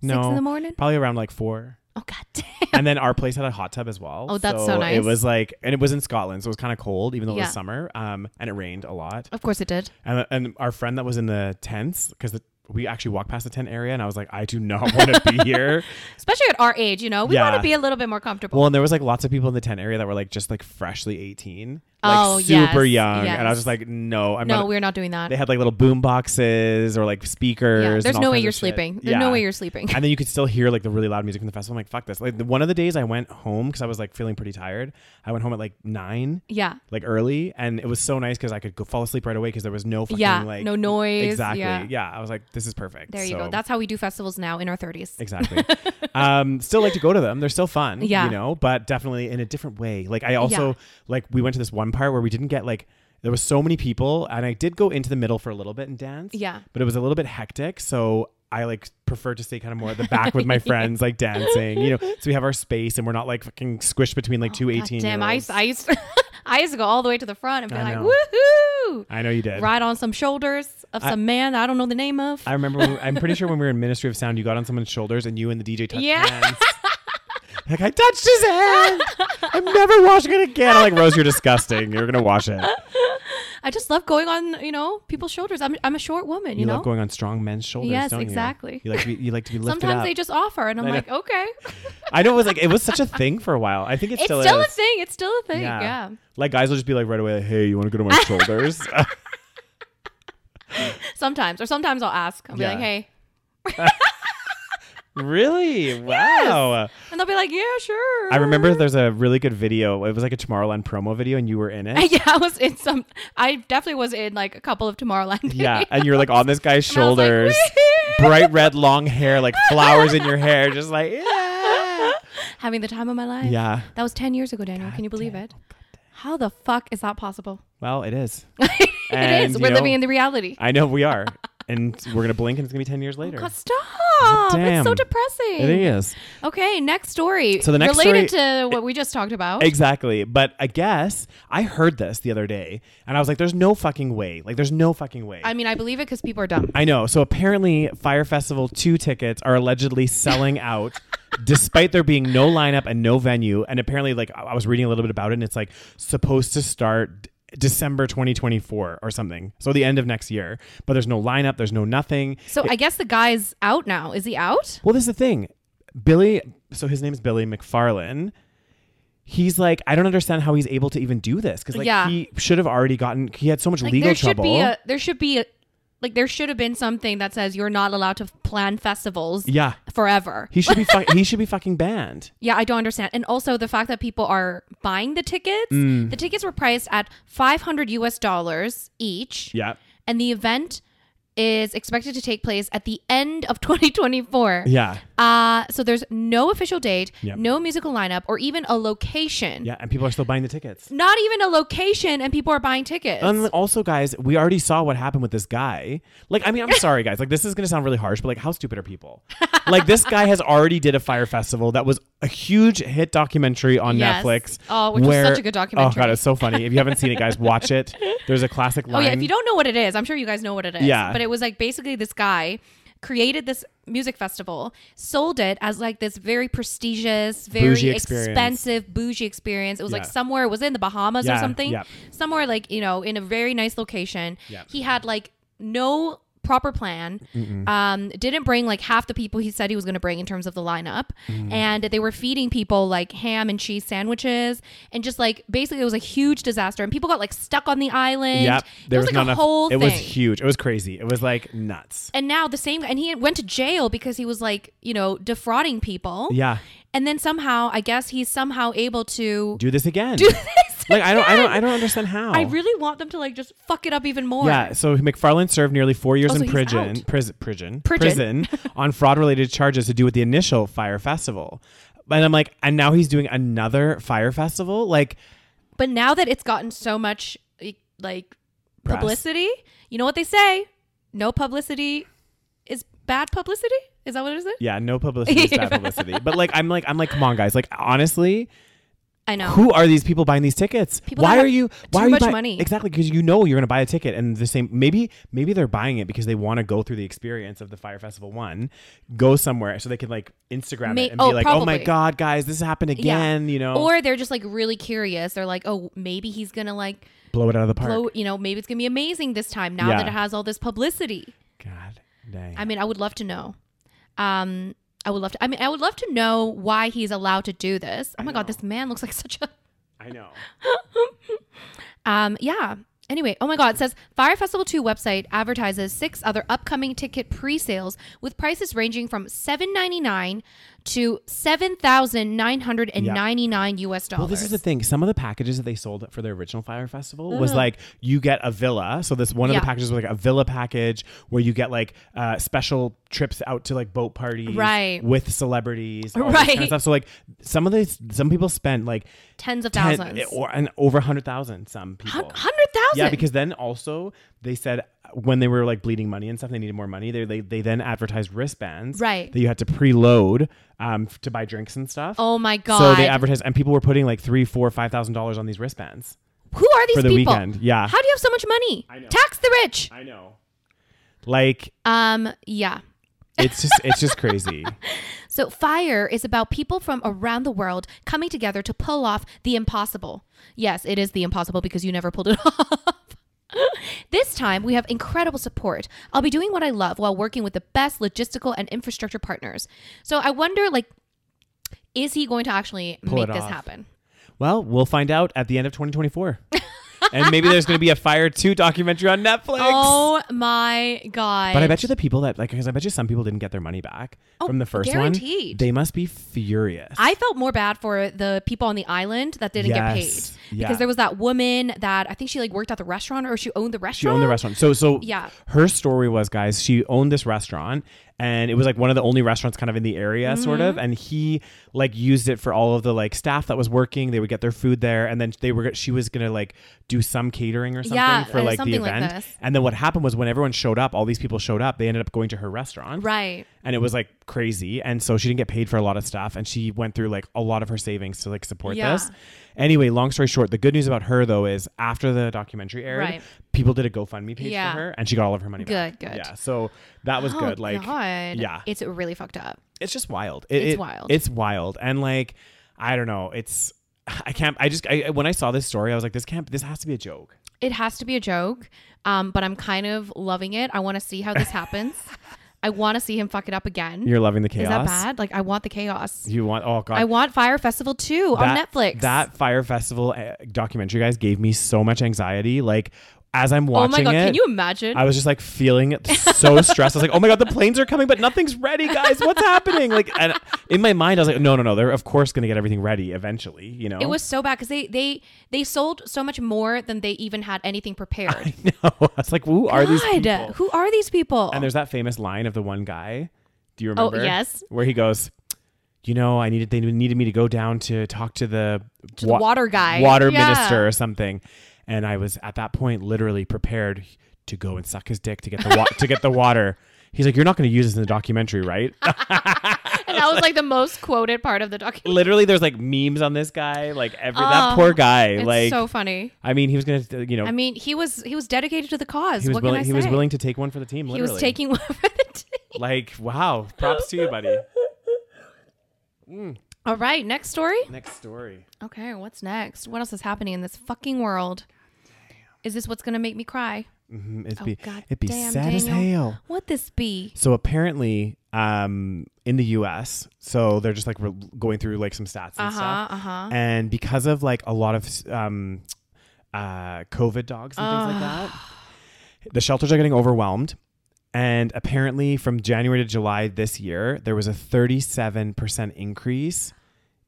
No,
Six in the morning?
probably around like four.
[laughs] Oh god damn.
and then our place had a hot tub as well.
Oh, that's so nice.
It was like, and it was in Scotland, so it was kind of cold, even though it
Yeah.
was summer. Um, and it rained a lot.
Of course it did.
And and our friend that was in the tents because we actually walked past the tent area, and I was like, I do not [laughs] want to be here.
Especially at our age, you know, we want
Yeah.
to be a little bit more comfortable.
Well, and there was like lots of people in the tent area that were like just like freshly eighteen, like
Oh,
super
yes,
young, and I
yes.
was just like, no, I'm
no,
not.
we're not doing that.
They had like little boom boxes or like speakers.
Yeah,
and
there's
all
no way
kinds of
you're
shit.
sleeping. There's no
Yeah. [laughs]
way you're sleeping.
and then you could still hear like the really loud music from the festival. I'm like, fuck this. Like the, one of the days I went home because I was like feeling pretty tired. I went home at like nine,
[laughs] yeah.
like early, and it was so nice because I could go fall asleep right away because there was no fucking
Yeah,
like
no noise,
Exactly.
yeah.
I was like, this is perfect.
There you
So-
go. That's how we do festivals now in our
[laughs]
30s.
exactly. um, still like to go to them. They're still fun.
Yeah.
you know, but definitely in a different way. Like I also
Yeah.
like we went to this one part where we didn't get like. There was so many people, and I did go into the middle for a little bit and dance
Yeah.
but it was a little bit hectic. So I like prefer to stay kind of more at the back with
[laughs]
my friends, like dancing, you know, so we have our space and we're not like fucking squished between like two
Oh, God
18
damn, I,
year
used- I used, [laughs] I used to go all the way to the front and be
I
like,
know.
woohoo!
I know you did.
Ride on some shoulders of some man I don't know the name of.
I remember, when, I'm pretty sure when we were in Ministry of Sound, you got on someone's shoulders and you and the DJ touched
Yeah.
hands.
[laughs]
Like I touched his hand. I'm never washing it again. I'm like Rose, you're disgusting. You're gonna wash it.
I just love going on, you know, people's shoulders. I'm, I'm a short woman, you,
You
know?
love going on strong men's shoulders,
Yes,
don't you?
exactly.
You like to be, you like to be lifted
Sometimes
up.
they just offer, and I'm
I know.
like, okay.
I know [laughs] it was like it was such a thing for a while. I think it
It's
still,
still,
is.
a thing. It's still a thing. Yeah.
Like guys will just be like right away, like, hey, you want to
[laughs]
go to my shoulders? [laughs]
Sometimes, or sometimes I'll ask. I'll
Yeah.
be like, hey.
Really? Wow.
And they'll be like, yeah, sure.
I remember there's a really good video. It was like a Tomorrowland promo video, and you were in it. [laughs]
[laughs] yeah, I was in some. I definitely was in like a couple of Tomorrowland. [laughs]
yeah, and you're like on this guy's
And I was like,
shoulders,
"Wee-hoo."
bright red long hair, like flowers in your hair, just like yeah.
[laughs] having the time of my life.
Yeah.
That was 10 years ago, Daniel. Can you believe it? How the fuck is that possible? [laughs]
Well, it is.
it
And,
is.
you
We're living
know-
in the reality.
I know we are, and we're gonna blink, and it's gonna be ten years later.
God, stop. It's
Damn.
so depressing.
it is
Okay, next story.
So the next
Related to what we just talked about.
exactly. But I guess I heard this the other day, and I was like, "There's no fucking way. Like, there's no fucking way."
I mean, I believe it because people are dumb.
I know. So apparently, Fire Festival 2 tickets are allegedly selling
[laughs]
out. Despite there being no lineup and no venue, and apparently, like I I was reading a little bit about it, and it's like supposed to start D- December 2024 or something, so the end of next year. But there's no lineup, there's no nothing.
So I guess the guy's out now. Is he out?
Well, this is the thing, Billy. So his name's Billy McFarlane. He's like, I don't understand how he's able to even do this because like
Yeah.
he should have already gotten. He had so much
Like
legal
there
trouble.
should be a there should be a like there should have been something that says you're not allowed to plan festivals
yeah,
forever.
he should be. Fu- he should be fucking
[laughs]
banned.
Yeah, I don't understand. And also the fact that people are buying the tickets.
Mm.
The tickets were priced at 500 US dollars each.
Yeah.
And the event is expected to take place at the end of [laughs] 2024.
Yeah.
Uh, so there's no official date,
Yep.
no musical lineup, or even a location.
Yeah, and people are still buying the tickets.
Not even a location, and people are buying tickets.
And also, guys, we already saw what happened with this guy. Like, I mean, I'm sorry, guys. Like, this is gonna sound really harsh, but like, how stupid are
[laughs]
people? like, this guy has already did a fire festival that was a huge hit documentary on
Yes.
Netflix.
Oh, which was
where-
such a good
Oh god,
documentary.
it's so funny. If you haven't seen it, guys, watch it. There's a
[laughs]
classic
Oh
line.
yeah, if you don't know what it is, I'm sure you guys know what it is.
Yeah.
But it was like basically this guy created this music festival, sold it as like this very prestigious, very
Bougie experience.
expensive bougie experience. It was like
Yeah.
somewhere it was in the Bahamas
Yeah,
or something.
yep.
Somewhere like, you know, in a very nice location.
Yep.
He had like no proper plan. Um, didn't bring like half the people he said he was going to bring in terms of the lineup,
Mm.
and they were feeding people like ham and cheese sandwiches, and just like basically it was a huge disaster, and people got like stuck on the island.
Yep.
it was, like a
enough-
whole.
It
thing
was huge. It was crazy. It was like nuts.
and now the same and he went to jail because he was like you know defrauding people
Yeah.
and then somehow i guess he's somehow able to
Do this again.
do [laughs] this
like I don't I don't
again.
I don't understand how.
I really want them to like just fuck it up even more
Yeah, so McFarland served nearly four years
Oh, so
in
he's
prison,
out.
prison, prison,
Prison. [laughs]
prison, on fraud-related charges to do with the initial fire festival. And I'm like, and now he's doing another fire festival. Like,
but now that it's gotten so much like
Press.
publicity you know what they say no publicity is bad publicity is that what it is
yeah, no publicity, is
[laughs]
bad publicity. But like, I'm like, I'm like, come on, guys. Like, honestly,
i know
who are these people buying these tickets?
People
why
that
are
have
you? Why
too
are you
much
buy-
money.
Exactly, because you know you're going to buy a ticket, and the same. Maybe maybe they're buying it because they want to go through the experience of the Fire Festival one, go somewhere so they can like Instagram
May-
it and
oh,
be like, oh my
probably.
god, guys, this happened again. You know,
or they're just like really curious they're like oh maybe he's gonna like
blow it out of the park.
blow you know maybe it's gonna be amazing this time now
Yeah.
that it has all this publicity
God dang.
I mean, I would love to know. Um, I would love to. I mean, I would love to know why he's allowed to do this. Oh my god, this man looks like [laughs] such a.
I know.
Um, yeah. Anyway, oh my god, it says Fire Festival 2 website advertises six other upcoming ticket pre-sales with prices ranging from 7.99 to 7,999 US dollars.
Well, this is the thing. Some of the packages that they sold for their original Fire Festival was like you get a villa. So this one of
Mm-hmm. Yeah.
the packages was like a villa package where you get like uh, special trips out to like boat parties,
Right.
with celebrities, all this kind
Right.
of stuff. So like some of these, some people spent like
tens of
ten
thousands.
or and over hundred thousand. Some people.
100,000.
Yeah, because then also they said uh, when they were like bleeding money and stuff, they needed more money. They they, they then advertised wristbands,
Right.
That you had to preload um, f- to buy drinks and stuff.
Oh my god.
So they advertised, and people were putting like three, four, five thousand dollars on these wristbands.
Who are these
for the
people?
weekend, yeah.
How do you have so much money?
I know.
Tax the rich.
I know. Like
Um, yeah.
it's just, [laughs] it's just crazy.
So, FIRE is about people from around the world coming together to pull off the impossible. Yes, it is the impossible because you never pulled it [laughs] off. this time, we have incredible support. I'll be doing what I love while working with the best logistical and infrastructure partners. So, I wonder, like, is he going to actually
Pull
make
it
this
off.
happen?
Well, we'll find out at the end of
[laughs]
2024, and maybe there's going to be a Fire Two documentary on Netflix.
Oh my God.
But I bet you the people that like, because I bet you some people didn't get their money back from the first one.
Oh, guaranteed.
They must be furious.
I felt more bad for the people on the island that didn't
Yes.
get paid
Yeah.
because there was that woman that I think she like worked at the restaurant or she owned the
She
restaurant.
owned the restaurant. So so
Yeah.
her story was guys, she owned this restaurant and it was like one of the only restaurants kind of in the area sort
Mm-hmm.
of and he like used it for all of the like staff that was working. They would get their food there and then they were she was going to like do some catering or something
Yeah,
for
uh,
like
something
the
like
event.
this.
and then what happened was when everyone showed up, all these people showed up, they ended up going to her restaurant.
Right.
And it was like crazy. And so she didn't get paid for a lot of stuff. And she went through like a lot of her savings to like support
Yeah.
this. Anyway, long story short, the good news about her though is after the documentary aired,
Right.
people did a GoFundMe page
Yeah.
for her and she got all of her money back.
Good, good.
Yeah. So that was
Oh,
good. Like,
God.
yeah.
it's really fucked up.
it's just wild. It-
It's
it-
wild.
It's wild. And like, I don't know. It's, I can't, I just, I, when I saw this story, I was like, this can't, this has to be a joke.
It has to be a joke, um, but I'm kind of loving it. I want to see how this
[laughs]
happens. I want to see him fuck it up again.
You're loving the
Is
chaos.
that bad? Like I want the chaos.
You want, oh God.
I want Fire Festival 2 on
that-
Netflix.
That Fire Festival uh, documentary, guys, gave me so much anxiety. Like, as I'm
oh my
watching
god,
it,
can you imagine?
I was just like feeling
[laughs]
so stressed. I was like, "Oh my god, the planes are coming, but nothing's ready, guys. What's happening?" Like, and in my mind, I was like, "No, no, no. They're of course going to get everything ready eventually." You know,
it was so bad because they they they sold so much more than they even had anything prepared.
No, [laughs] I was like, "Who are these
God,
people?"
who are these people?
And there's that famous line of the one guy. Do you
Oh,
remember?
yes.
Where he goes, "You know, I needed they needed me to go down to talk to the,
To the water guy.
water
Yeah.
minister or something," and I was at that point literally prepared to go and suck his dick to get the
[laughs]
wa- to get the water. He's like, "You're not going to use this in the documentary,
[laughs]
right?" [laughs]
and that was like the most quoted part of the documentary.
literally there's like memes on this guy like every that
Oh,
poor guy
It's
like
so funny.
i mean he was gonna uh, you know
I mean, he was he was dedicated to the cause.
he was
what
willing
can I
he was
say?
willing to take one for the team literally
He was taking [laughs] one for the team.
like wow props to you
[laughs]
buddy
All right, next story.
next story
Okay, what's next? What else is happening in this fucking world? Is this what's gonna make me cry?
Mhm, it'd be
Oh, God
it'd be
damn,
sad as
Daniel.
hell.
What this be?
So apparently, um, in the U.S., so they're just like re- going through like some stats and stuff,
Uh huh. Uh huh.
and because of like a lot of um, uh, COVID dogs and things like that, the shelters are getting overwhelmed. And apparently, from January to July this year, there was a 37% increase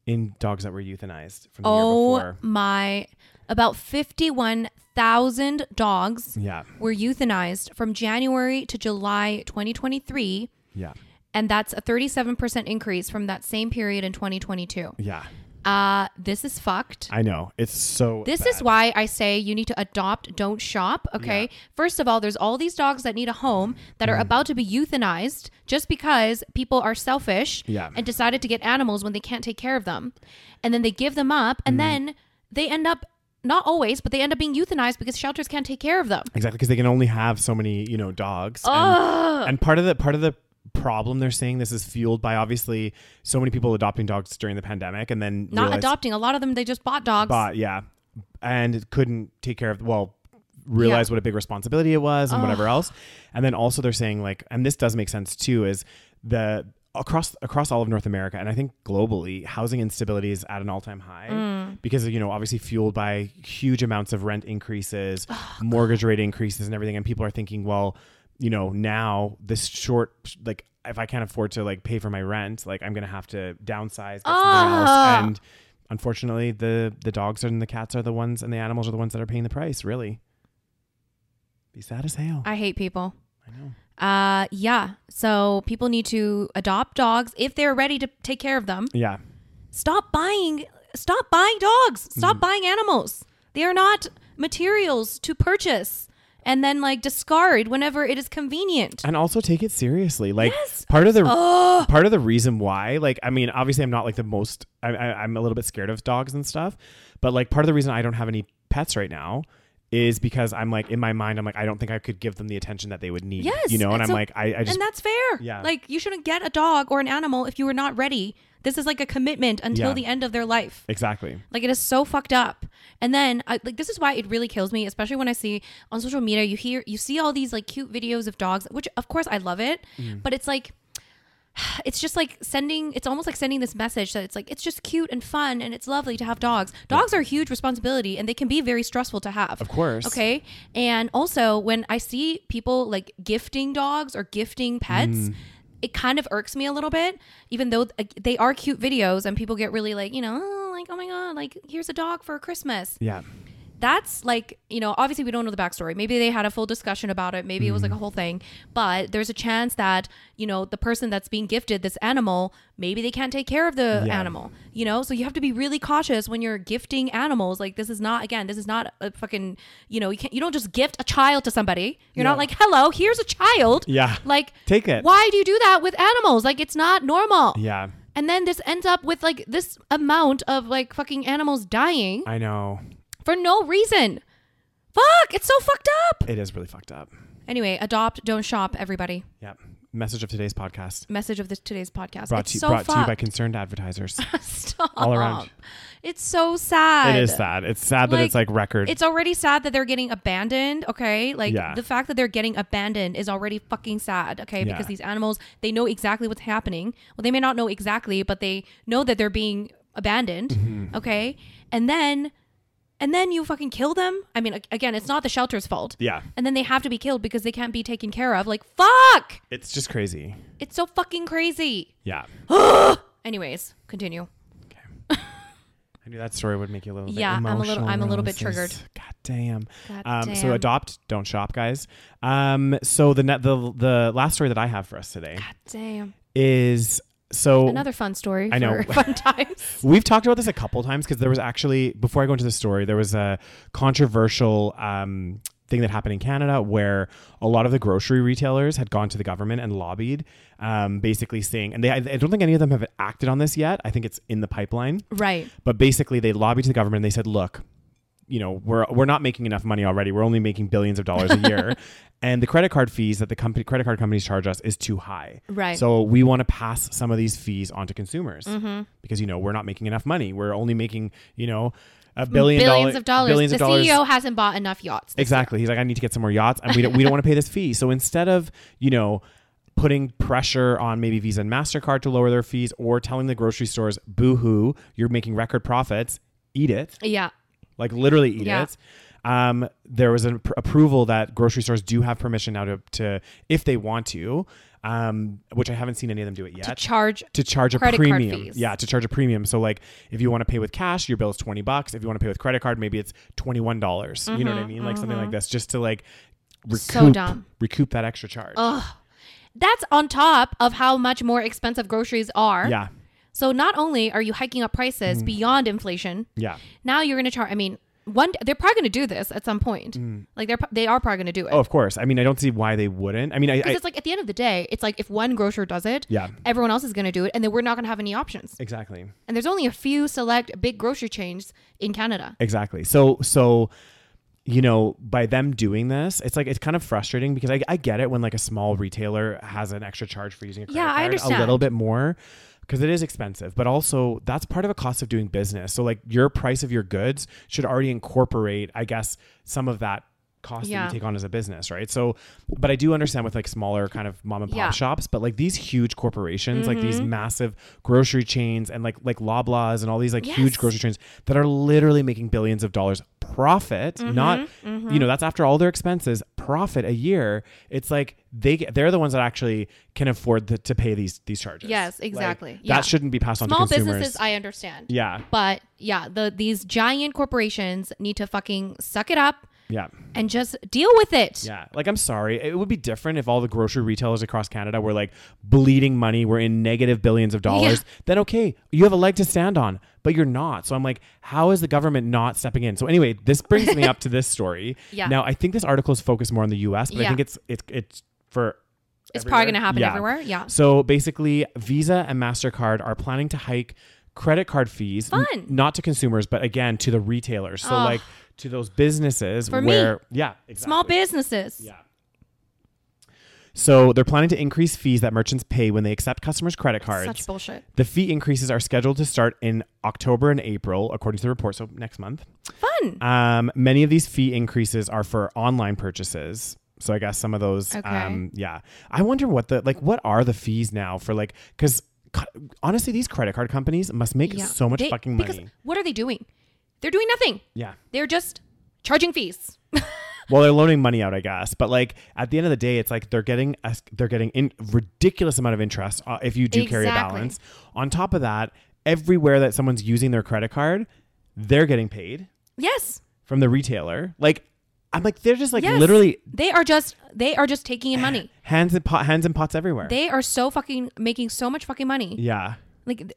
in dogs that were euthanized from the year
Oh
before.
my! About fifty-one thousand dogs
Yeah,
were euthanized from January to July 2023,
yeah,
and that's a 37% increase from that same period in 2022.
yeah.
Uh, this is fucked.
I know. It's so.
This is
bad.
why I say you need to adopt, don't shop. Okay. First of all, there's all these dogs that need a home that
Mm-hmm.
are about to be euthanized just because people are selfish
Yeah.
and decided to get animals when they can't take care of them. And then they give them up and
Mm-hmm.
then they end up, not always, but they end up being euthanized because shelters can't take care of them.
Exactly, because they can only have so many, you know, dogs. and-
Ugh.
and part of the part of the problem they're saying this is fueled by obviously so many people adopting dogs during the pandemic and then
Not
realized-
adopting. A lot of them, they just bought dogs.
bought yeah and couldn't take care of well realize what a big responsibility it was and whatever else and then also they're saying like and this does make sense too is the across across all of North America and I think globally housing instability is at an all-time high because you know obviously fueled by huge amounts of rent increases mortgage rate increases and everything and people are thinking well you know now this short like if I can't afford to like pay for my rent like I'm going to have to downsize get something else
Ah.
and unfortunately the the dogs and the cats are the ones and the animals are the ones that are paying the price really be sad as hell
I hate people.
I know
Uh, yeah. So people need to adopt dogs if they're ready to take care of them.
yeah
Stop buying. Stop buying dogs.
Mm.
Stop buying animals. They are not materials to purchase and then like discard whenever it is convenient.
and also take it seriously like
Yes.
part of the
Oh,
part of the reason why like i mean obviously i'm not like the most I, I, i'm a little bit scared of dogs and stuff but like part of the reason i don't have any pets right now is because i'm like in my mind i'm like i don't think i could give them the attention that they would need
Yes,
you know and
and
i'm
so-
like i, I just
and that's fair.
Yeah.
Like you shouldn't get a dog or an animal if you were not ready. This is like a commitment until
Yeah.
the end of their life.
exactly
Like it is so fucked up. And then I, like this is why it really kills me, especially when I see on social media you hear you see all these like cute videos of dogs, which of course I love it, but it's like [sighs] it's just like sending it's almost like sending this message that it's like it's just cute and fun and it's lovely to have dogs. Dogs are a huge responsibility and they can be very stressful to have.
of course
Okay. And also, when I see people like gifting dogs or gifting pets,
Mm.
it kind of irks me a little bit, even though like, they are cute videos and people get really like, you know, "Oh, like, oh my God, like, here's a dog for Christmas.
yeah
That's like, you know, obviously we don't know the backstory. Maybe they had a full discussion about it. Maybe it was like a
Mm-hmm.
whole thing. But there's a chance that, you know, the person that's being gifted this animal, maybe they can't take care of the
Yeah.
animal, you know? So you have to be really cautious when you're gifting animals. Like, this is not, again, this is not a fucking, you know, you can't, you don't just gift a child to somebody. You're
Yeah.
not like, hello, here's a child.
yeah
Like,
Take it.
Why do you do that with animals? Like, it's not normal.
yeah
And then this ends up with like this amount of like fucking animals dying
i know
for no reason. Fuck, it's so fucked up.
it is really fucked up
Anyway, adopt, don't shop, everybody.
yeah message of today's podcast
Message of this today's podcast.
brought
it's
to you,
so
brought to you by
fucked.
concerned
[laughs]
advertisers.
Stop.
all around.
It's so sad.
it is sad. It's sad that it's like
Like,
record.
It's already sad that they're getting abandoned, okay? Like
Yeah.
the fact that they're getting abandoned is already fucking sad, okay?
Yeah.
Because these animals, they know exactly what's happening. Well, they may not know exactly, but they know that they're being abandoned,
Mm-hmm.
okay? And then and then you fucking kill them? I mean, a- again, it's not the shelter's fault.
yeah,
and then they have to be killed because they can't be taken care of. Like, fuck!
it's just crazy.
It's so fucking crazy.
Yeah,
Anyways, continue.
I knew that story would make you a little.
Yeah,
bit
I'm a little-
emotional,
I'm a little bit
Roses.
triggered.
God damn.
God
um, So
damn.
adopt, don't shop, guys. Um, so the net, the the last story that I have for us today
Damn.
is so
Another fun story
I know.
for [laughs] fun times.
We've talked about this a couple times because there was actually before I go into the story, there was a controversial um, thing that happened in Canada where a lot of the grocery retailers had gone to the government and lobbied, um, basically saying, and they I, I don't think any of them have acted on this yet. I think it's in the pipeline,
right.
but basically they lobbied to the government and they said, look. You know, we're we're not making enough money already. We're only making billions of
[laughs]
dollars a year, and the credit card fees that the company credit card companies charge us is too high.
Right.
So we want to pass
Mm-hmm.
some of these fees on to consumers because you know we're not making enough money. We're only making you know a billion
billions
dollar-
of dollars.
Billions
the
of dollars.
CEO hasn't bought enough yachts.
Exactly. He's like, I need to get some more yachts, and we don't we don't want to pay this fee. So instead of you know putting pressure on maybe Visa and Mastercard to lower their fees, or telling the grocery stores, "Boo-hoo, you're making record profits. Eat it."
Yeah.
like literally eat
Yeah.
it. Um, there was an pr- approval that grocery stores do have permission now to, to if they want to, um, which I haven't seen any of them do it
To
yet.
charge
To charge a
credit card
premium,
fees.
yeah, to charge a premium. So like, if you want to pay with cash, your bill is twenty bucks. If you want to pay with credit card, maybe it's twenty one dollars. you know what I mean? Like something like this, just to like recoup
Mm-hmm, So dumb. Uh-huh.
recoup that extra charge.
that's on top of how much more expensive groceries are.
yeah, Mm.
So not only are you hiking up prices beyond inflation,
yeah.
now you're going to charge. I mean, one they're probably going to do this at some point. Like they're pro- they are probably going to do it
Mm. Oh, of course. I mean, I don't see why they wouldn't. I mean, I,
because
I
it's like at the end of the day, it's like if one grocer does it,
Yeah.
everyone else is going to do it, and then we're not going to have any options.
exactly.
And there's only a few select big grocery chains in Canada.
Exactly. So so you know, by them doing this, it's like it's kind of frustrating because I, I get it when like a small retailer has an extra charge for using a credit
Yeah, I
card a
understand.
little bit more because it is expensive, but also that's part of a cost of doing business. So like your price of your goods should already incorporate, I guess, some of that cost that
Yeah.
you take on as a business, right? So but I do understand with like smaller kind of mom and pop
Yeah. Mm-hmm.
shops, but like these huge corporations, like these massive grocery chains and like like Loblaws and all these like huge
Yes.
grocery chains that are literally making billions of dollars profit,
Mm-hmm,
not you know that's after all their expenses profit a year. It's like they get- they're the ones that actually can afford to, to pay these these charges.
Yes,
Like,
exactly.
That
Yeah.
shouldn't be passed on
Small
to consumers.
businesses, I understand.
yeah,
But yeah, the these giant corporations need to fucking suck it up
yeah,
and just deal with it.
yeah. Like I'm sorry, it would be different if all the grocery retailers across Canada were like bleeding money, we're in negative billions of dollars. Then okay, you have a leg to stand on, but you're not. So I'm like, how is the government not stepping in? So anyway, this brings me up to this story.
[laughs] Yeah.
Now I think this article is focused more on the U.S., but I
Yeah.
think it's it's it's for
It's
everywhere.
probably going to happen
Yeah.
everywhere. Yeah.
So basically, Visa and MasterCard are planning to hike credit card fees.
Fun.
not to consumers, but again, to the retailers. So,
Ugh.
like, to those businesses
For me.
where, yeah, exactly.
Small businesses.
Yeah. So they're planning to increase fees that merchants pay when they accept customers' credit cards.
Such bullshit.
the fee increases are scheduled to start in October and April, according to the report. So next month.
Fun.
Um, many of these fee increases are for online purchases. So I guess some of those,
Okay.
um, yeah. I wonder what the like, what are the fees now for like? Because honestly, these credit card companies must make
Yeah.
so much
They-
fucking money.
because What are they doing? They're doing nothing.
yeah.
They're just charging fees.
Well, they're loaning money out, I guess. But like at the end of the day, it's like they're getting a, they're getting in ridiculous amount of interest uh, if you do carry a
Exactly.
balance. On top of that, everywhere that someone's using their credit card, they're getting paid
Yes.
from the retailer. Like I'm like they're just like
Yes.
literally
They are just they are just taking in
[laughs]
money.
hands and pot, hands and pots everywhere.
They are so fucking making so much fucking money.
yeah.
like th-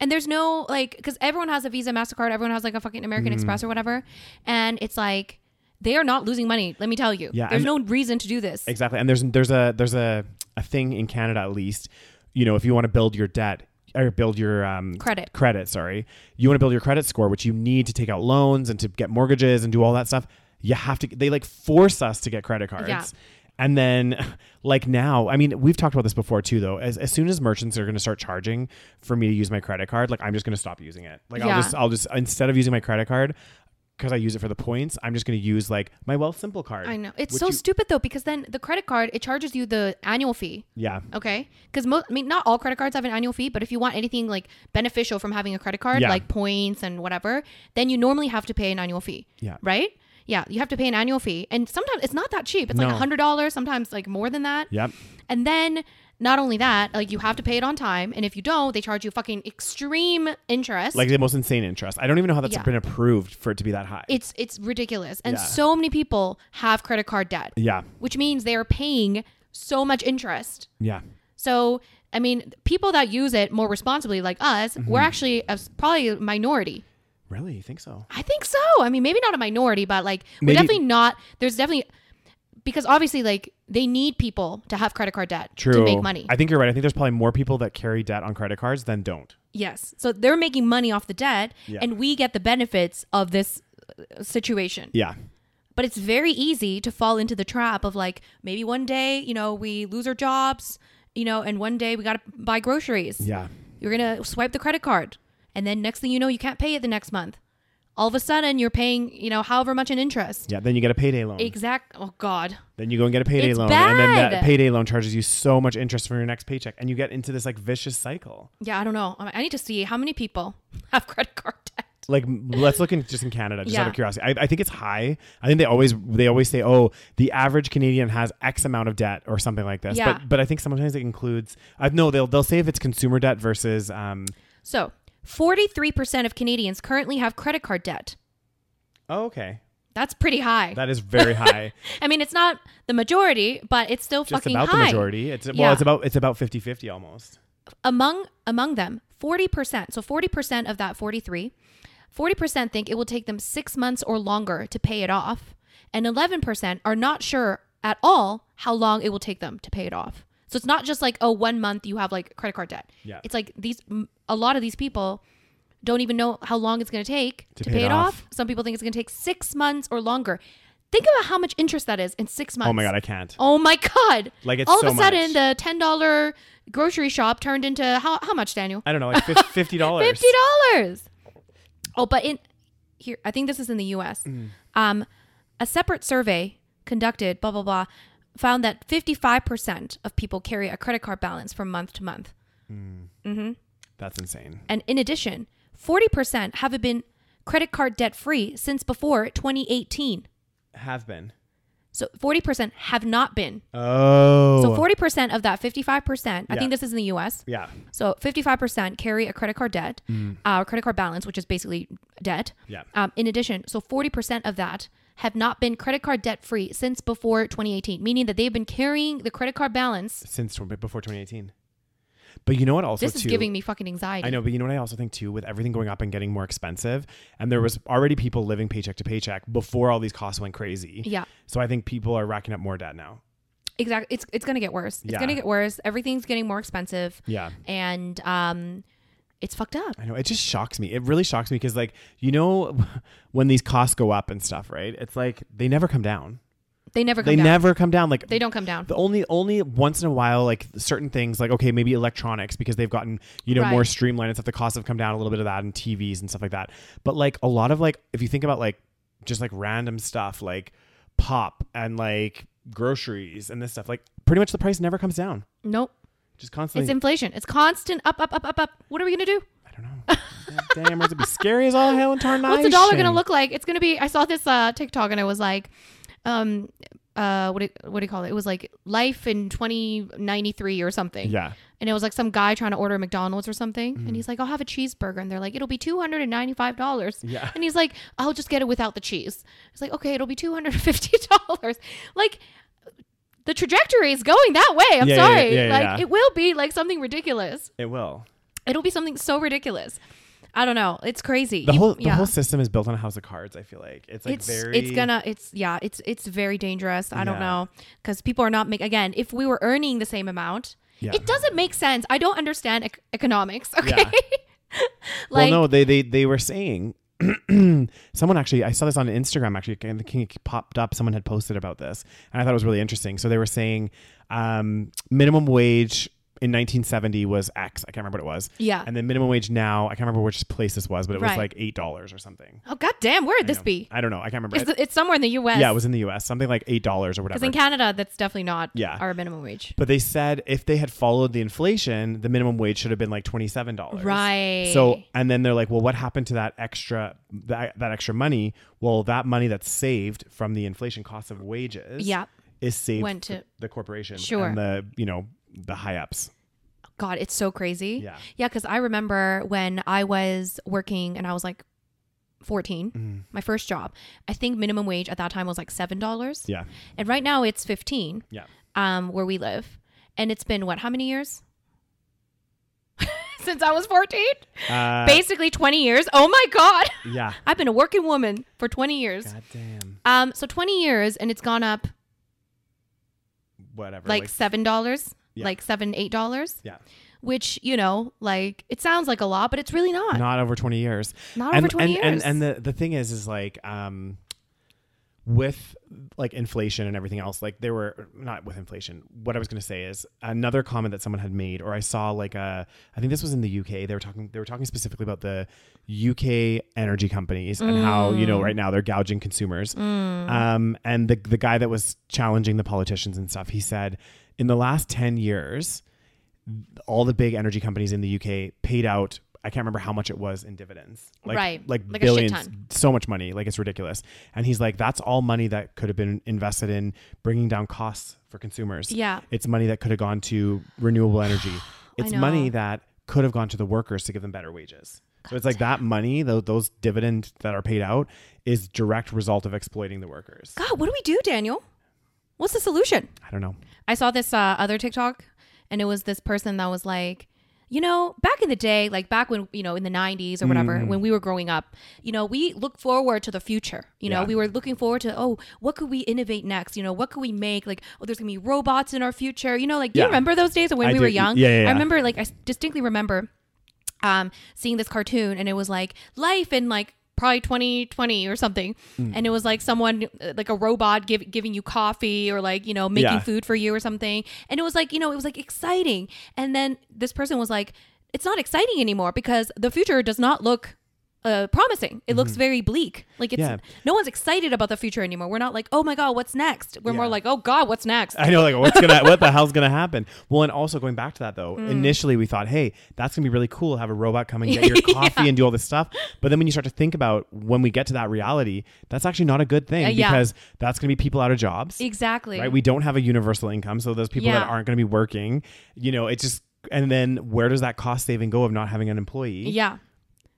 and there's no like because everyone has a visa mastercard everyone has like a fucking american
Mm-hmm.
express or whatever and it's like they are not losing money let me tell you
Yeah,
there's
and-
no reason to do this
Exactly. And there's there's a there's a, a thing in Canada at least, you know, if you want to build your debt or build your um,
Credit.
credit, sorry, you want to build your credit score, which you need to take out loans and to get mortgages and do all that stuff. You have to. They like force us to get credit cards.
Yeah.
And then, like now, I mean, we've talked about this before too, though. As, as soon as merchants are going to start charging for me to use my credit card, like I'm just going to stop using it. Like I'll
Yeah.
just, I'll just instead of using my credit card because I use it for the points, I'm just going to use like my Wealth Simple card.
i know it's
which
so
you-
stupid though because then the credit card it charges you the annual fee
yeah.
okay because most i mean not all credit cards have an annual fee but if you want anything like beneficial from having a credit card
Yeah.
like points and whatever then you normally have to pay an annual fee
Yeah.
right yeah you have to pay an annual fee and sometimes it's not that cheap it's
No.
like $100 sometimes like more than that
Yep.
And then not only that, like you have to pay it on time, and if you don't, they charge you fucking extreme interest.
like the most insane interest. I don't even know how that's
Yeah.
been approved for it to be that high.
it's it's ridiculous. And
Yeah.
so many people have credit card debt,
yeah,
which means they are paying so much interest.
yeah,
So I mean, people that use it more responsibly, like us,
Mm-hmm.
we're actually a, probably a minority.
really? You think so?
I think so. I mean, maybe not a minority, but like
Maybe-
we're definitely not. There's definitely because obviously, like they need people to have credit card debt
True.
to make money.
I think you're right. I think there's probably more people that carry debt on credit cards than don't.
Yes. So they're making money off the debt
Yeah.
and we get the benefits of this uh, situation.
Yeah,
But it's very easy to fall into the trap of like maybe one day, you know, we lose our jobs, you know, and one day we got to buy groceries.
yeah,
You're going to swipe the credit card and then next thing you know you can't pay it the next month. all of a sudden you're paying, you know, however much in interest.
Yeah, then you get a payday loan.
Exact. Oh God.
then you go and get a payday
It's
loan, and then that
bad.
payday loan charges you so much interest for your next paycheck, and you get into this like vicious cycle.
Yeah, I don't know. I I need to see how many people [laughs] have credit card debt.
like m- let's look in just in canada just out of
Yeah.
curiosity I, I think it's high i think they always they always say oh the average canadian has x amount of debt or something like this
Yeah.
but but i think sometimes it includes i know they'll they'll say if it's consumer debt versus um
So, 43% of Canadians currently have credit card debt.
oh okay
That's pretty high.
that is very
[laughs]
high
I mean, it's not the majority, but it's still
just
fucking
about
high.
the majority it's well
Yeah.
it's about it's about 50 50 almost
Among among them, 40%. So 40% of that 43, 40% think it will take them 6 months or longer to pay it off, and 11% are not sure at all how long it will take them to pay it off. So it's not just like oh, one month you have like credit card debt.
Yeah.
It's like these m- a lot of these people don't even know how long it's going to take to, pay, it off. Some people think it's going to take 6 months or longer. Think about how much interest that is in 6 months.
oh my god i can't
Oh my god!
Like, it's
all
so
of a sudden
much.
the ten dollar grocery shop turned into how how much, Daniel?
i don't know like
[laughs]
fif- 50 dollars
Fifty dollars. Oh, but in here, I think this is in the U.S.
Mm.
Um, a separate survey conducted, blah blah blah, found that fifty-five percent of people carry a credit card balance from month to month,
that's insane
and in addition, forty percent have been credit card debt free since before 2018.
have been
So forty percent have not been.
oh
So forty percent of that fifty-five percent, I
Yeah.
think this is in the U.S.
yeah
So 55% carry a credit card debt,
Mm.
uh, credit card balance, which is basically debt.
Yeah.
Um, in addition, so 40% of that have not been credit card debt free since before 2018, meaning that they've been carrying the credit card balance.
since tw- before 2018 but you know what also
This is
too,
giving me fucking anxiety.
I know, but you know what I also think too, with everything going up and getting more expensive, and there was already people living paycheck to paycheck before all these costs went crazy.
Yeah,
So I think people are racking up more debt now.
exactly. It's it's gonna get worse. It's
Yeah.
gonna get worse. Everything's getting more expensive,
Yeah.
and um, it's fucked up.
I know. It just shocks me. It really shocks me because, like, you know, [laughs] when these costs go up and stuff, right? It's like they never come down.
They never come
they
down.
never come down. Like
they don't come down.
The only only once in a while, like certain things, like okay, maybe electronics because they've gotten you know
Right.
more streamlined and stuff. The costs have come down a little bit of that, and TVs and stuff like that. But like a lot of like, if you think about like just like random stuff, like pop and like groceries and this stuff, like pretty much the price never comes down.
nope.
Just constantly.
It's inflation. It's constant up, up, up, up, up. What are we gonna do?
I don't know. [laughs] God Damn, it's be scary as all hell and tarnation.
[laughs] What's a dollar gonna look like? It's gonna be. I saw this uh, TikTok and I was like, um, uh, what do, what do you call it? It was like life in 2093 or something.
Yeah. Mm.
And it was like some guy trying to order McDonald's or something, and he's like, I'll have a cheeseburger, and they're like, it'll be 295 dollars.
Yeah. [laughs]
And he's like, I'll just get it without the cheese. It's like, okay, it'll be 250 [laughs] dollars. Like. The trajectory is going that way. I'm
Yeah, yeah,
sorry.
yeah, yeah,
like
yeah.
it will be like something ridiculous.
It will.
It'll be something so ridiculous. I don't know. It's crazy.
The
You-
whole the
yeah
whole system is built on a house of cards. I feel like it's like
it's
very.
it's gonna it's yeah it's it's very dangerous i don't
Yeah.
know because people are not make again if we were earning the same amount
Yeah.
it doesn't make sense i don't understand ec- economics okay [laughs]
Yeah.
like
well, no, they they they were saying [clears throat] someone actually I saw this on Instagram actually and the king popped up someone had posted about this and I thought it was really interesting. So they were saying um, minimum wage in 1970 was X. I can't remember what it was.
yeah
And then minimum wage now, I can't remember which place this was, but it was
Right.
like eight dollars or something.
oh god damn where'd
I
this
know.
be
I don't know. I can't remember.
it's, it's somewhere in the us
yeah, it was in the U.S. Something like eight dollars or
because
whatever.
in canada that's definitely not
Yeah.
our minimum wage
But they said if they had followed the inflation, the minimum wage should have been like twenty seven dollars.
Right.
So and then they're like, well, what happened to that extra that, that extra money? Well, that money that's saved from the inflation cost of wages,
Yeah.
is saved
Went
to
to-
the corporation,
Sure.
and the you know the high ups.
God, it's so crazy.
Yeah.
Yeah, because I remember when I was working and I was like 14,
Mm-hmm.
my first job, I think minimum wage at that time was like $7.
Yeah.
And right now it's 15
Yeah.
um, where we live. And it's been what, how many years? [laughs] Since I was 14?
Uh,
Basically 20 years. Oh my God. [laughs]
yeah.
I've been a working woman for 20 years.
God damn.
Um, so 20 years and it's gone up
Whatever.
like, $7,
Yeah.
like 7 $8,
yeah.
which, you know, like it sounds like a lot, but it's really not.
Not over twenty years.
Not
and,
over 20
and,
years.
And, and the, the thing is, is like, um, with like inflation and everything else like there were not with inflation what i was going to say is another comment that someone had made or i saw like a i think this was in the uk they were talking they were talking specifically about the uk energy companies and how you know right now they're gouging consumers um, and the, the guy that was challenging the politicians and stuff he said in the last 10 years all the big energy companies in the UK paid out I can't remember how much it was in dividends. Like,
Right.
Like,
Like a shit
billions.
ton.
So much money. Like it's ridiculous. And he's like, that's all money that could have been invested in bringing down costs for consumers.
Yeah.
It's money that could have gone to renewable
[sighs]
energy. It's
know.
money that could have gone to the workers to give them better wages. So it's like that money, tho- those dividend that are paid out, is direct result of exploiting the workers.
God, what do we do, Daniel? What's the solution?
I don't know.
I saw this uh, other TikTok, and it was this person that was like, you know, back in the day, like back when you know in the '90s or whatever,
Mm.
when we were growing up, you know, we looked forward to the future. You know,
Yeah.
we were looking forward to oh, what could we innovate next? You know, what could we make? Like, oh, there's gonna be robots in our future. You know, like do you
Yeah.
remember those days when
I
we
do.
were young?
Yeah, yeah, yeah.
I remember, like, I s- distinctly remember um, seeing this cartoon and it was like life in like probably 2020 or something
Mm.
and it was like someone uh, like a robot give, giving you coffee or like you know making
Yeah.
food for you or something and it was like you know it was like exciting and then this person was like it's not exciting anymore because the future does not look uh, promising it looks very bleak like it's
Mm-hmm. Yeah.
no one's excited about the future anymore we're not like oh my god what's next we're more
Yeah.
like oh god
[laughs]
what's next
I know, like, what's gonna,
[laughs]
what the hell's gonna happen? Well, and also going back to that
Mm.
though, initially we thought, hey, that's gonna be really cool, have a robot come and get
[laughs]
your coffee and do all this stuff. But then when you start to think about when we get to that reality, that's actually not a good thing
Uh, yeah.
because that's gonna be people out of jobs,
exactly
right? We don't have a universal income, so those people
Yeah.
that aren't gonna be working, you know, it just, and then where does that cost saving go of not having an employee?
yeah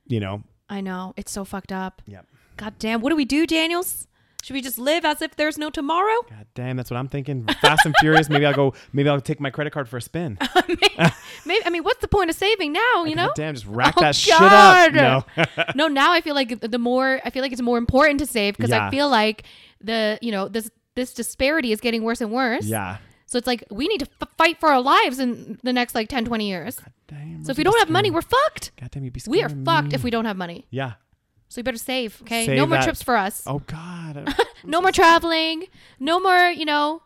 You know,
i know it's so fucked up
yep.
God damn, what do we do, Daniels? Should we just live as if there's no tomorrow?
God damn, that's what I'm thinking. Fast and Furious. Maybe I'll go. Maybe I'll take my credit card for a spin.
Maybe I mean, what's the point of saving now, [laughs] you know?
God damn, just rack
Oh,
that shit up.
God.
No. [laughs]
no, now I feel like the more I feel like it's more important to save because I
Yeah.
feel like the, you know, this this disparity is getting worse and worse.
yeah.
So it's like we need to f- fight for our lives in the next like 10, 20 years.
Damn,
So if we don't have money, we're fucked.
God damn, you'd be
We are
scaring
fucked
me.
if we don't have money.
Yeah.
So we better save, okay?
Save
no more
that-
trips for us.
Oh God.
[laughs] No more traveling. No more, you know,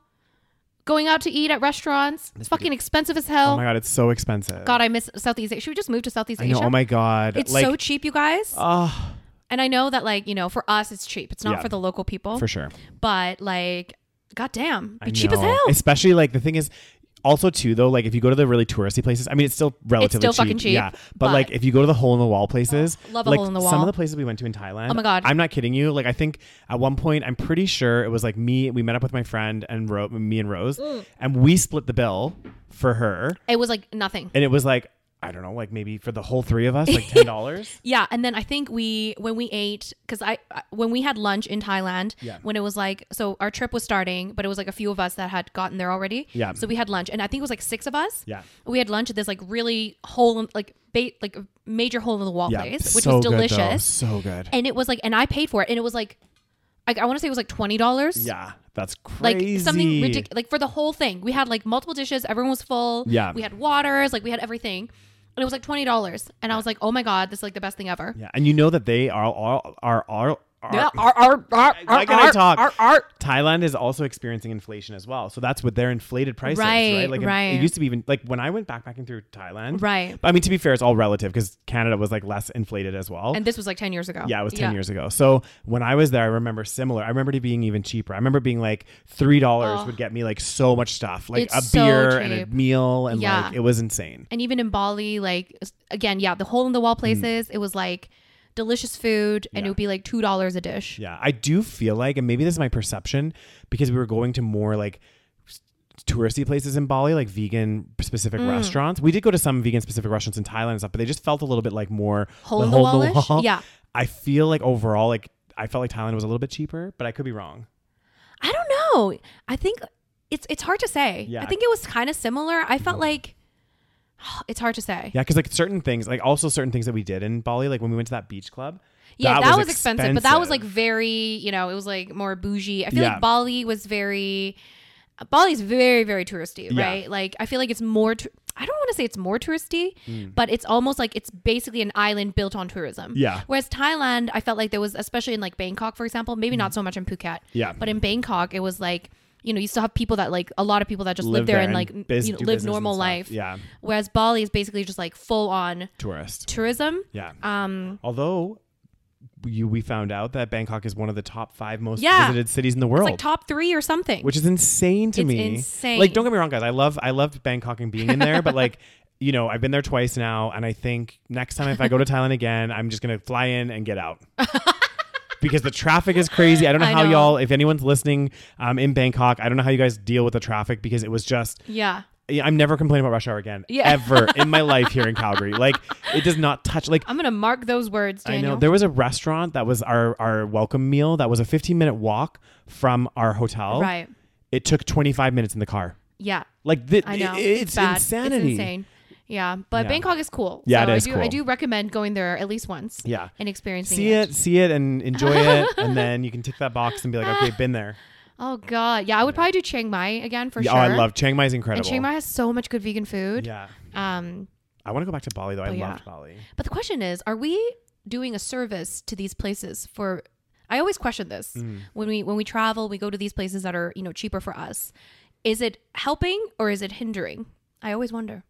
going out to eat at restaurants. It's fucking expensive as hell.
oh my God, it's so expensive.
God, I miss Southeast Asia. Should we just move to Southeast
I
Asia?
know. Oh my God.
it's
like,
so cheap, you guys.
ah,
and I know that, like, you know, for us, it's cheap. It's not
Yeah.
for the local people.
for sure.
But, like, goddamn,
I
be Oh, cheap as
know.
hell.
Especially like the thing is. Also, too though, like if you go to the really touristy places, I mean, it's still relatively
still fucking cheap,
yeah. But,
but-
like if you go to the hole in the wall places,
Love a
like,
hole in the
Some
wall.
of the places we went to in Thailand.
Oh my God.
I'm not kidding you. Like I think at one point, I'm pretty sure it was like me. We met up with my friend and Ro- me and Rose, and we split the bill for her,
it was like nothing.
and it was like I don't know, like maybe for the whole three of
[laughs]
us, like ten dollars.
Yeah, and then I think we when we ate because I I- when we had lunch in Thailand
Yeah.
when it was like so our trip was starting but it was like a few of us that had gotten there already
Yeah.
so we had lunch and I think it was like six of us
Yeah.
we had lunch at this like really hole in, like ba- like a major hole in the wall place which
so
was
good, though.
delicious
so good.
and it was like and I paid for it and it was like I, I want to say it was like twenty dollars
yeah, that's
like
crazy.
something ridiculous like for the whole thing we had like multiple dishes everyone was full
Yeah.
we had waters like we had everything and it was like twenty dollars and I was like oh my god this is like the best thing ever
Yeah, and you know that they are all are are. are
Yeah, ar, ar, ar,
Why
ar,
can't I
ar,
talk?
ar, ar.
Thailand is also experiencing inflation as well, so that's with their inflated prices, right?
Right,
Like it-
right.
it used to be even like when I went backpacking through Thailand,
Right.
I mean, to be fair, it's all relative because Canada was like less inflated as well.
And this was like 10 years ago.
yeah, it was 10 years ago. So when I was there, I remember similar. I remember it being even cheaper. I remember being like $3
Oh.
would get me like so much stuff, like
It's
a
so
beer and a
cheap.
meal. And
Yeah.
like, it was insane.
And even in Bali, like, s- again, yeah, the hole in the wall places, it was like delicious food and it
Mm. Yeah.
would be like $2 a dish.
Yeah, I do feel like, and maybe this is my perception because we were going to more like s- touristy places in Bali, like vegan specific
Mm.
restaurants. We did go to some vegan specific restaurants in Thailand and stuff, but they just felt a little bit like more
Hole in
like,
the
hole in [laughs]
wall-ish? Yeah.
I feel like overall, like I felt like Thailand was a little bit cheaper, but I could be wrong.
I don't know. I think it's it's hard to say.
Yeah.
I think it was kind of similar. I felt like [sighs] it's hard to say.
Yeah, because like certain things, like also certain things that we did in Bali, like when we went to that beach club.
Yeah, that, was, expensive, but that was like very, you know, it was like more bougie. I feel
Yeah.
like Bali was very, Bali's very, very touristy,
Yeah.
right? Like, I feel like it's more, tou- I don't want to say it's more touristy,
Mm.
but it's almost like it's basically an island built on tourism.
Yeah.
Whereas Thailand, I felt like there was, especially in like Bangkok, for example, maybe not so much in Phuket.
Mm. Yeah.
But in Bangkok, it was like, you know, you still have people that like a lot of people that just live, there, and like
bus-
you know,
do
live
business and
normal
stuff.
life.
Yeah,
Whereas Bali is basically just like full on
tourist.
tourism.
Yeah.
Um,
Although you, we found out that Bangkok is one of the top five most
Yeah.
visited cities in the
it's
world.
like top three or something.
Oh. which is insane to
It's
me.
insane.
Like, don't get me wrong, guys. I love I loved Bangkok and being in there, but like, [laughs] you know, I've been there twice now, and I think next time if I go to Thailand again, I'm just gonna fly in and get
[laughs]
out. Because the traffic is crazy. I don't know
I
how
know.
y'all, if anyone's listening um, in Bangkok, I don't know how you guys deal with the traffic because it was just,
yeah.
I'm never complaining about rush hour again,
Yeah.
ever in
[laughs]
my life here in Calgary. Like, it does not touch, like,
I'm gonna mark those words, Daniel.
I know there was a restaurant that was our our welcome meal that was a 15 minute walk from our hotel.
Right.
It took 25 minutes in the car.
Yeah.
Like thi-
I know.
i- it's,
bad.
insanity.
It's insane. Yeah, but
Yeah.
Bangkok is cool.
Yeah,
so
it is
I do, I
cool.
do recommend going there at least once.
Yeah.
And experiencing
See
it.
it, see it, and enjoy
[laughs]
it, and then you can tick that box and be like, okay, been there.
Oh god, yeah, I would probably do Chiang Mai again for
Yeah,
sure.
Oh, I love Chiang Mai's
And
incredible.
Chiang Mai has so much good vegan food.
yeah,
Um,
I want to go back to Bali though. I
Oh, yeah.
loved Bali.
but the question is, are we doing a service to these places for? I always question this
Mm.
when we when we travel, we go to these places that are you know cheaper for us. Is it helping or is it hindering? I always wonder.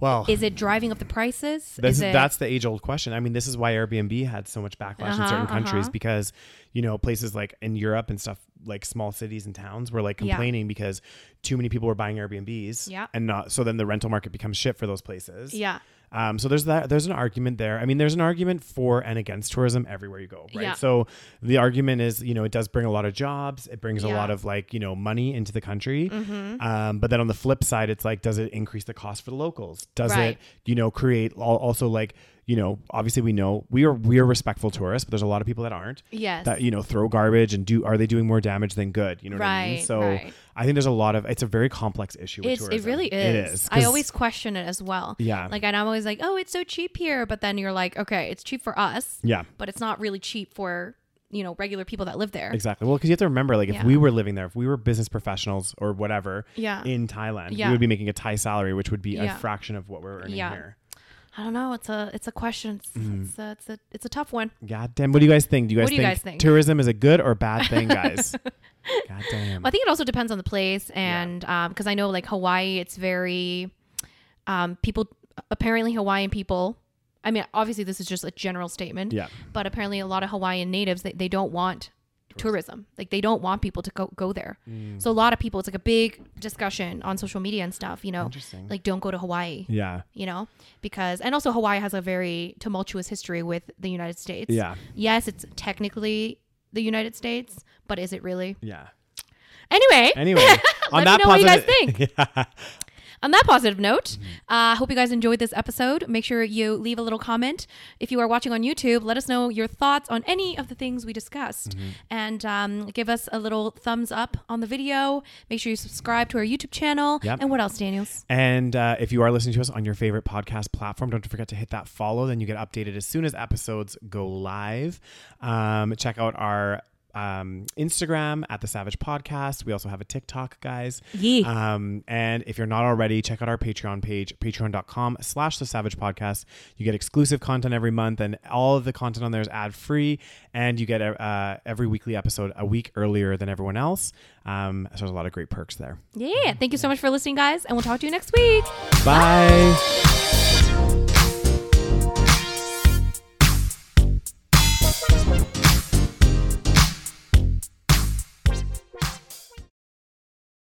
Well,
Is it driving up the prices?
This is,
is it,
that's the age old question. I mean, this is why Airbnb had so much backlash in
Uh-huh,
certain countries
uh-huh.
because, you know, places like in Europe and stuff, like small cities and towns were like
Yeah.
complaining because too many people were buying Airbnbs.
Yeah.
And not, so then the rental market becomes shit for those places.
yeah.
Um, so there's that. There's an argument there. I mean, there's an argument for and against tourism everywhere you go, right?
Yeah.
So the argument is, you know, it does bring a lot of jobs. It brings
Yeah. Mm-hmm.
a lot of like, you know, money into the country. Um, but then on the flip side, it's like, does it increase the cost for the locals? Does
Right.
it, you know, create al- also like, you know, obviously we know we are we are respectful tourists, but there's a lot of people that aren't.
Yes.
That you know throw garbage and do are they doing more damage than good? You know what I mean.
Right,
So
right.
I think there's a lot of it's a very complex issue. With
It's, it
tourism.
really is.
It is.
I
'cause-
always question it as well.
Yeah.
Like, and I'm always like, oh, it's so cheap here. But then you're like, okay, it's cheap for us,
yeah.
but it's not really cheap for, you know, regular people that live there.
Exactly. Well, because you have to remember, like, if
Yeah.
we were living there, if we were business professionals or whatever
Yeah.
in Thailand,
Yeah.
we would be making a Thai salary, which would be
Yeah.
a fraction of what we're earning
Yeah.
here.
I don't know. It's a, it's a question. It's,
Mm-hmm.
it's, a, it's a, it's a tough one.
God damn. What do you guys think? Do you guys,
What do you
think,
guys think?
tourism is a good or bad
[laughs]
thing, guys? God damn.
Well, I think it also depends on the place, and because I know like Hawaii, it's very um, people. Apparently, Hawaiian people. I mean, obviously, this is just a general statement.
Yeah.
But apparently, a lot of Hawaiian natives they, they don't want tourism. Like they don't want people to go go there.
Mm.
So a lot of people, it's like a big discussion on social media and stuff. You know,
Interesting.
like don't go to Hawaii.
yeah.
You know, because and also Hawaii has a very tumultuous history with the United States.
Yeah.
Yes, it's technically the United States, but is it really?
Yeah.
Anyway. [laughs]
Anyway, on
Let
that
me know what you guys
positive,
think.
[laughs] Yeah.
On that positive note, I uh, hope you guys enjoyed this episode. Make sure you leave a little comment. If you are watching on YouTube, let us know your thoughts on any of the things we discussed and um, give us a little thumbs up on the video. Make sure you subscribe to our YouTube channel.
Yep.
And what else, Daniels?
And uh, if you are listening to us on your favorite podcast platform, don't forget to hit that follow. Then you get updated as soon as episodes go live. Um, check out our um, Instagram at the Savage Podcast. We also have a TikTok, guys.
Yeah.
Um, and if you're not already, check out our Patreon page, patreon.com slash the Savage Podcast. You get exclusive content every month, and all of the content on there is ad free. And you get uh, every weekly episode a week earlier than everyone else. Um, so there's a lot of great perks there.
Yeah. Thank you so much for listening, guys. And we'll talk to you next week.
Bye.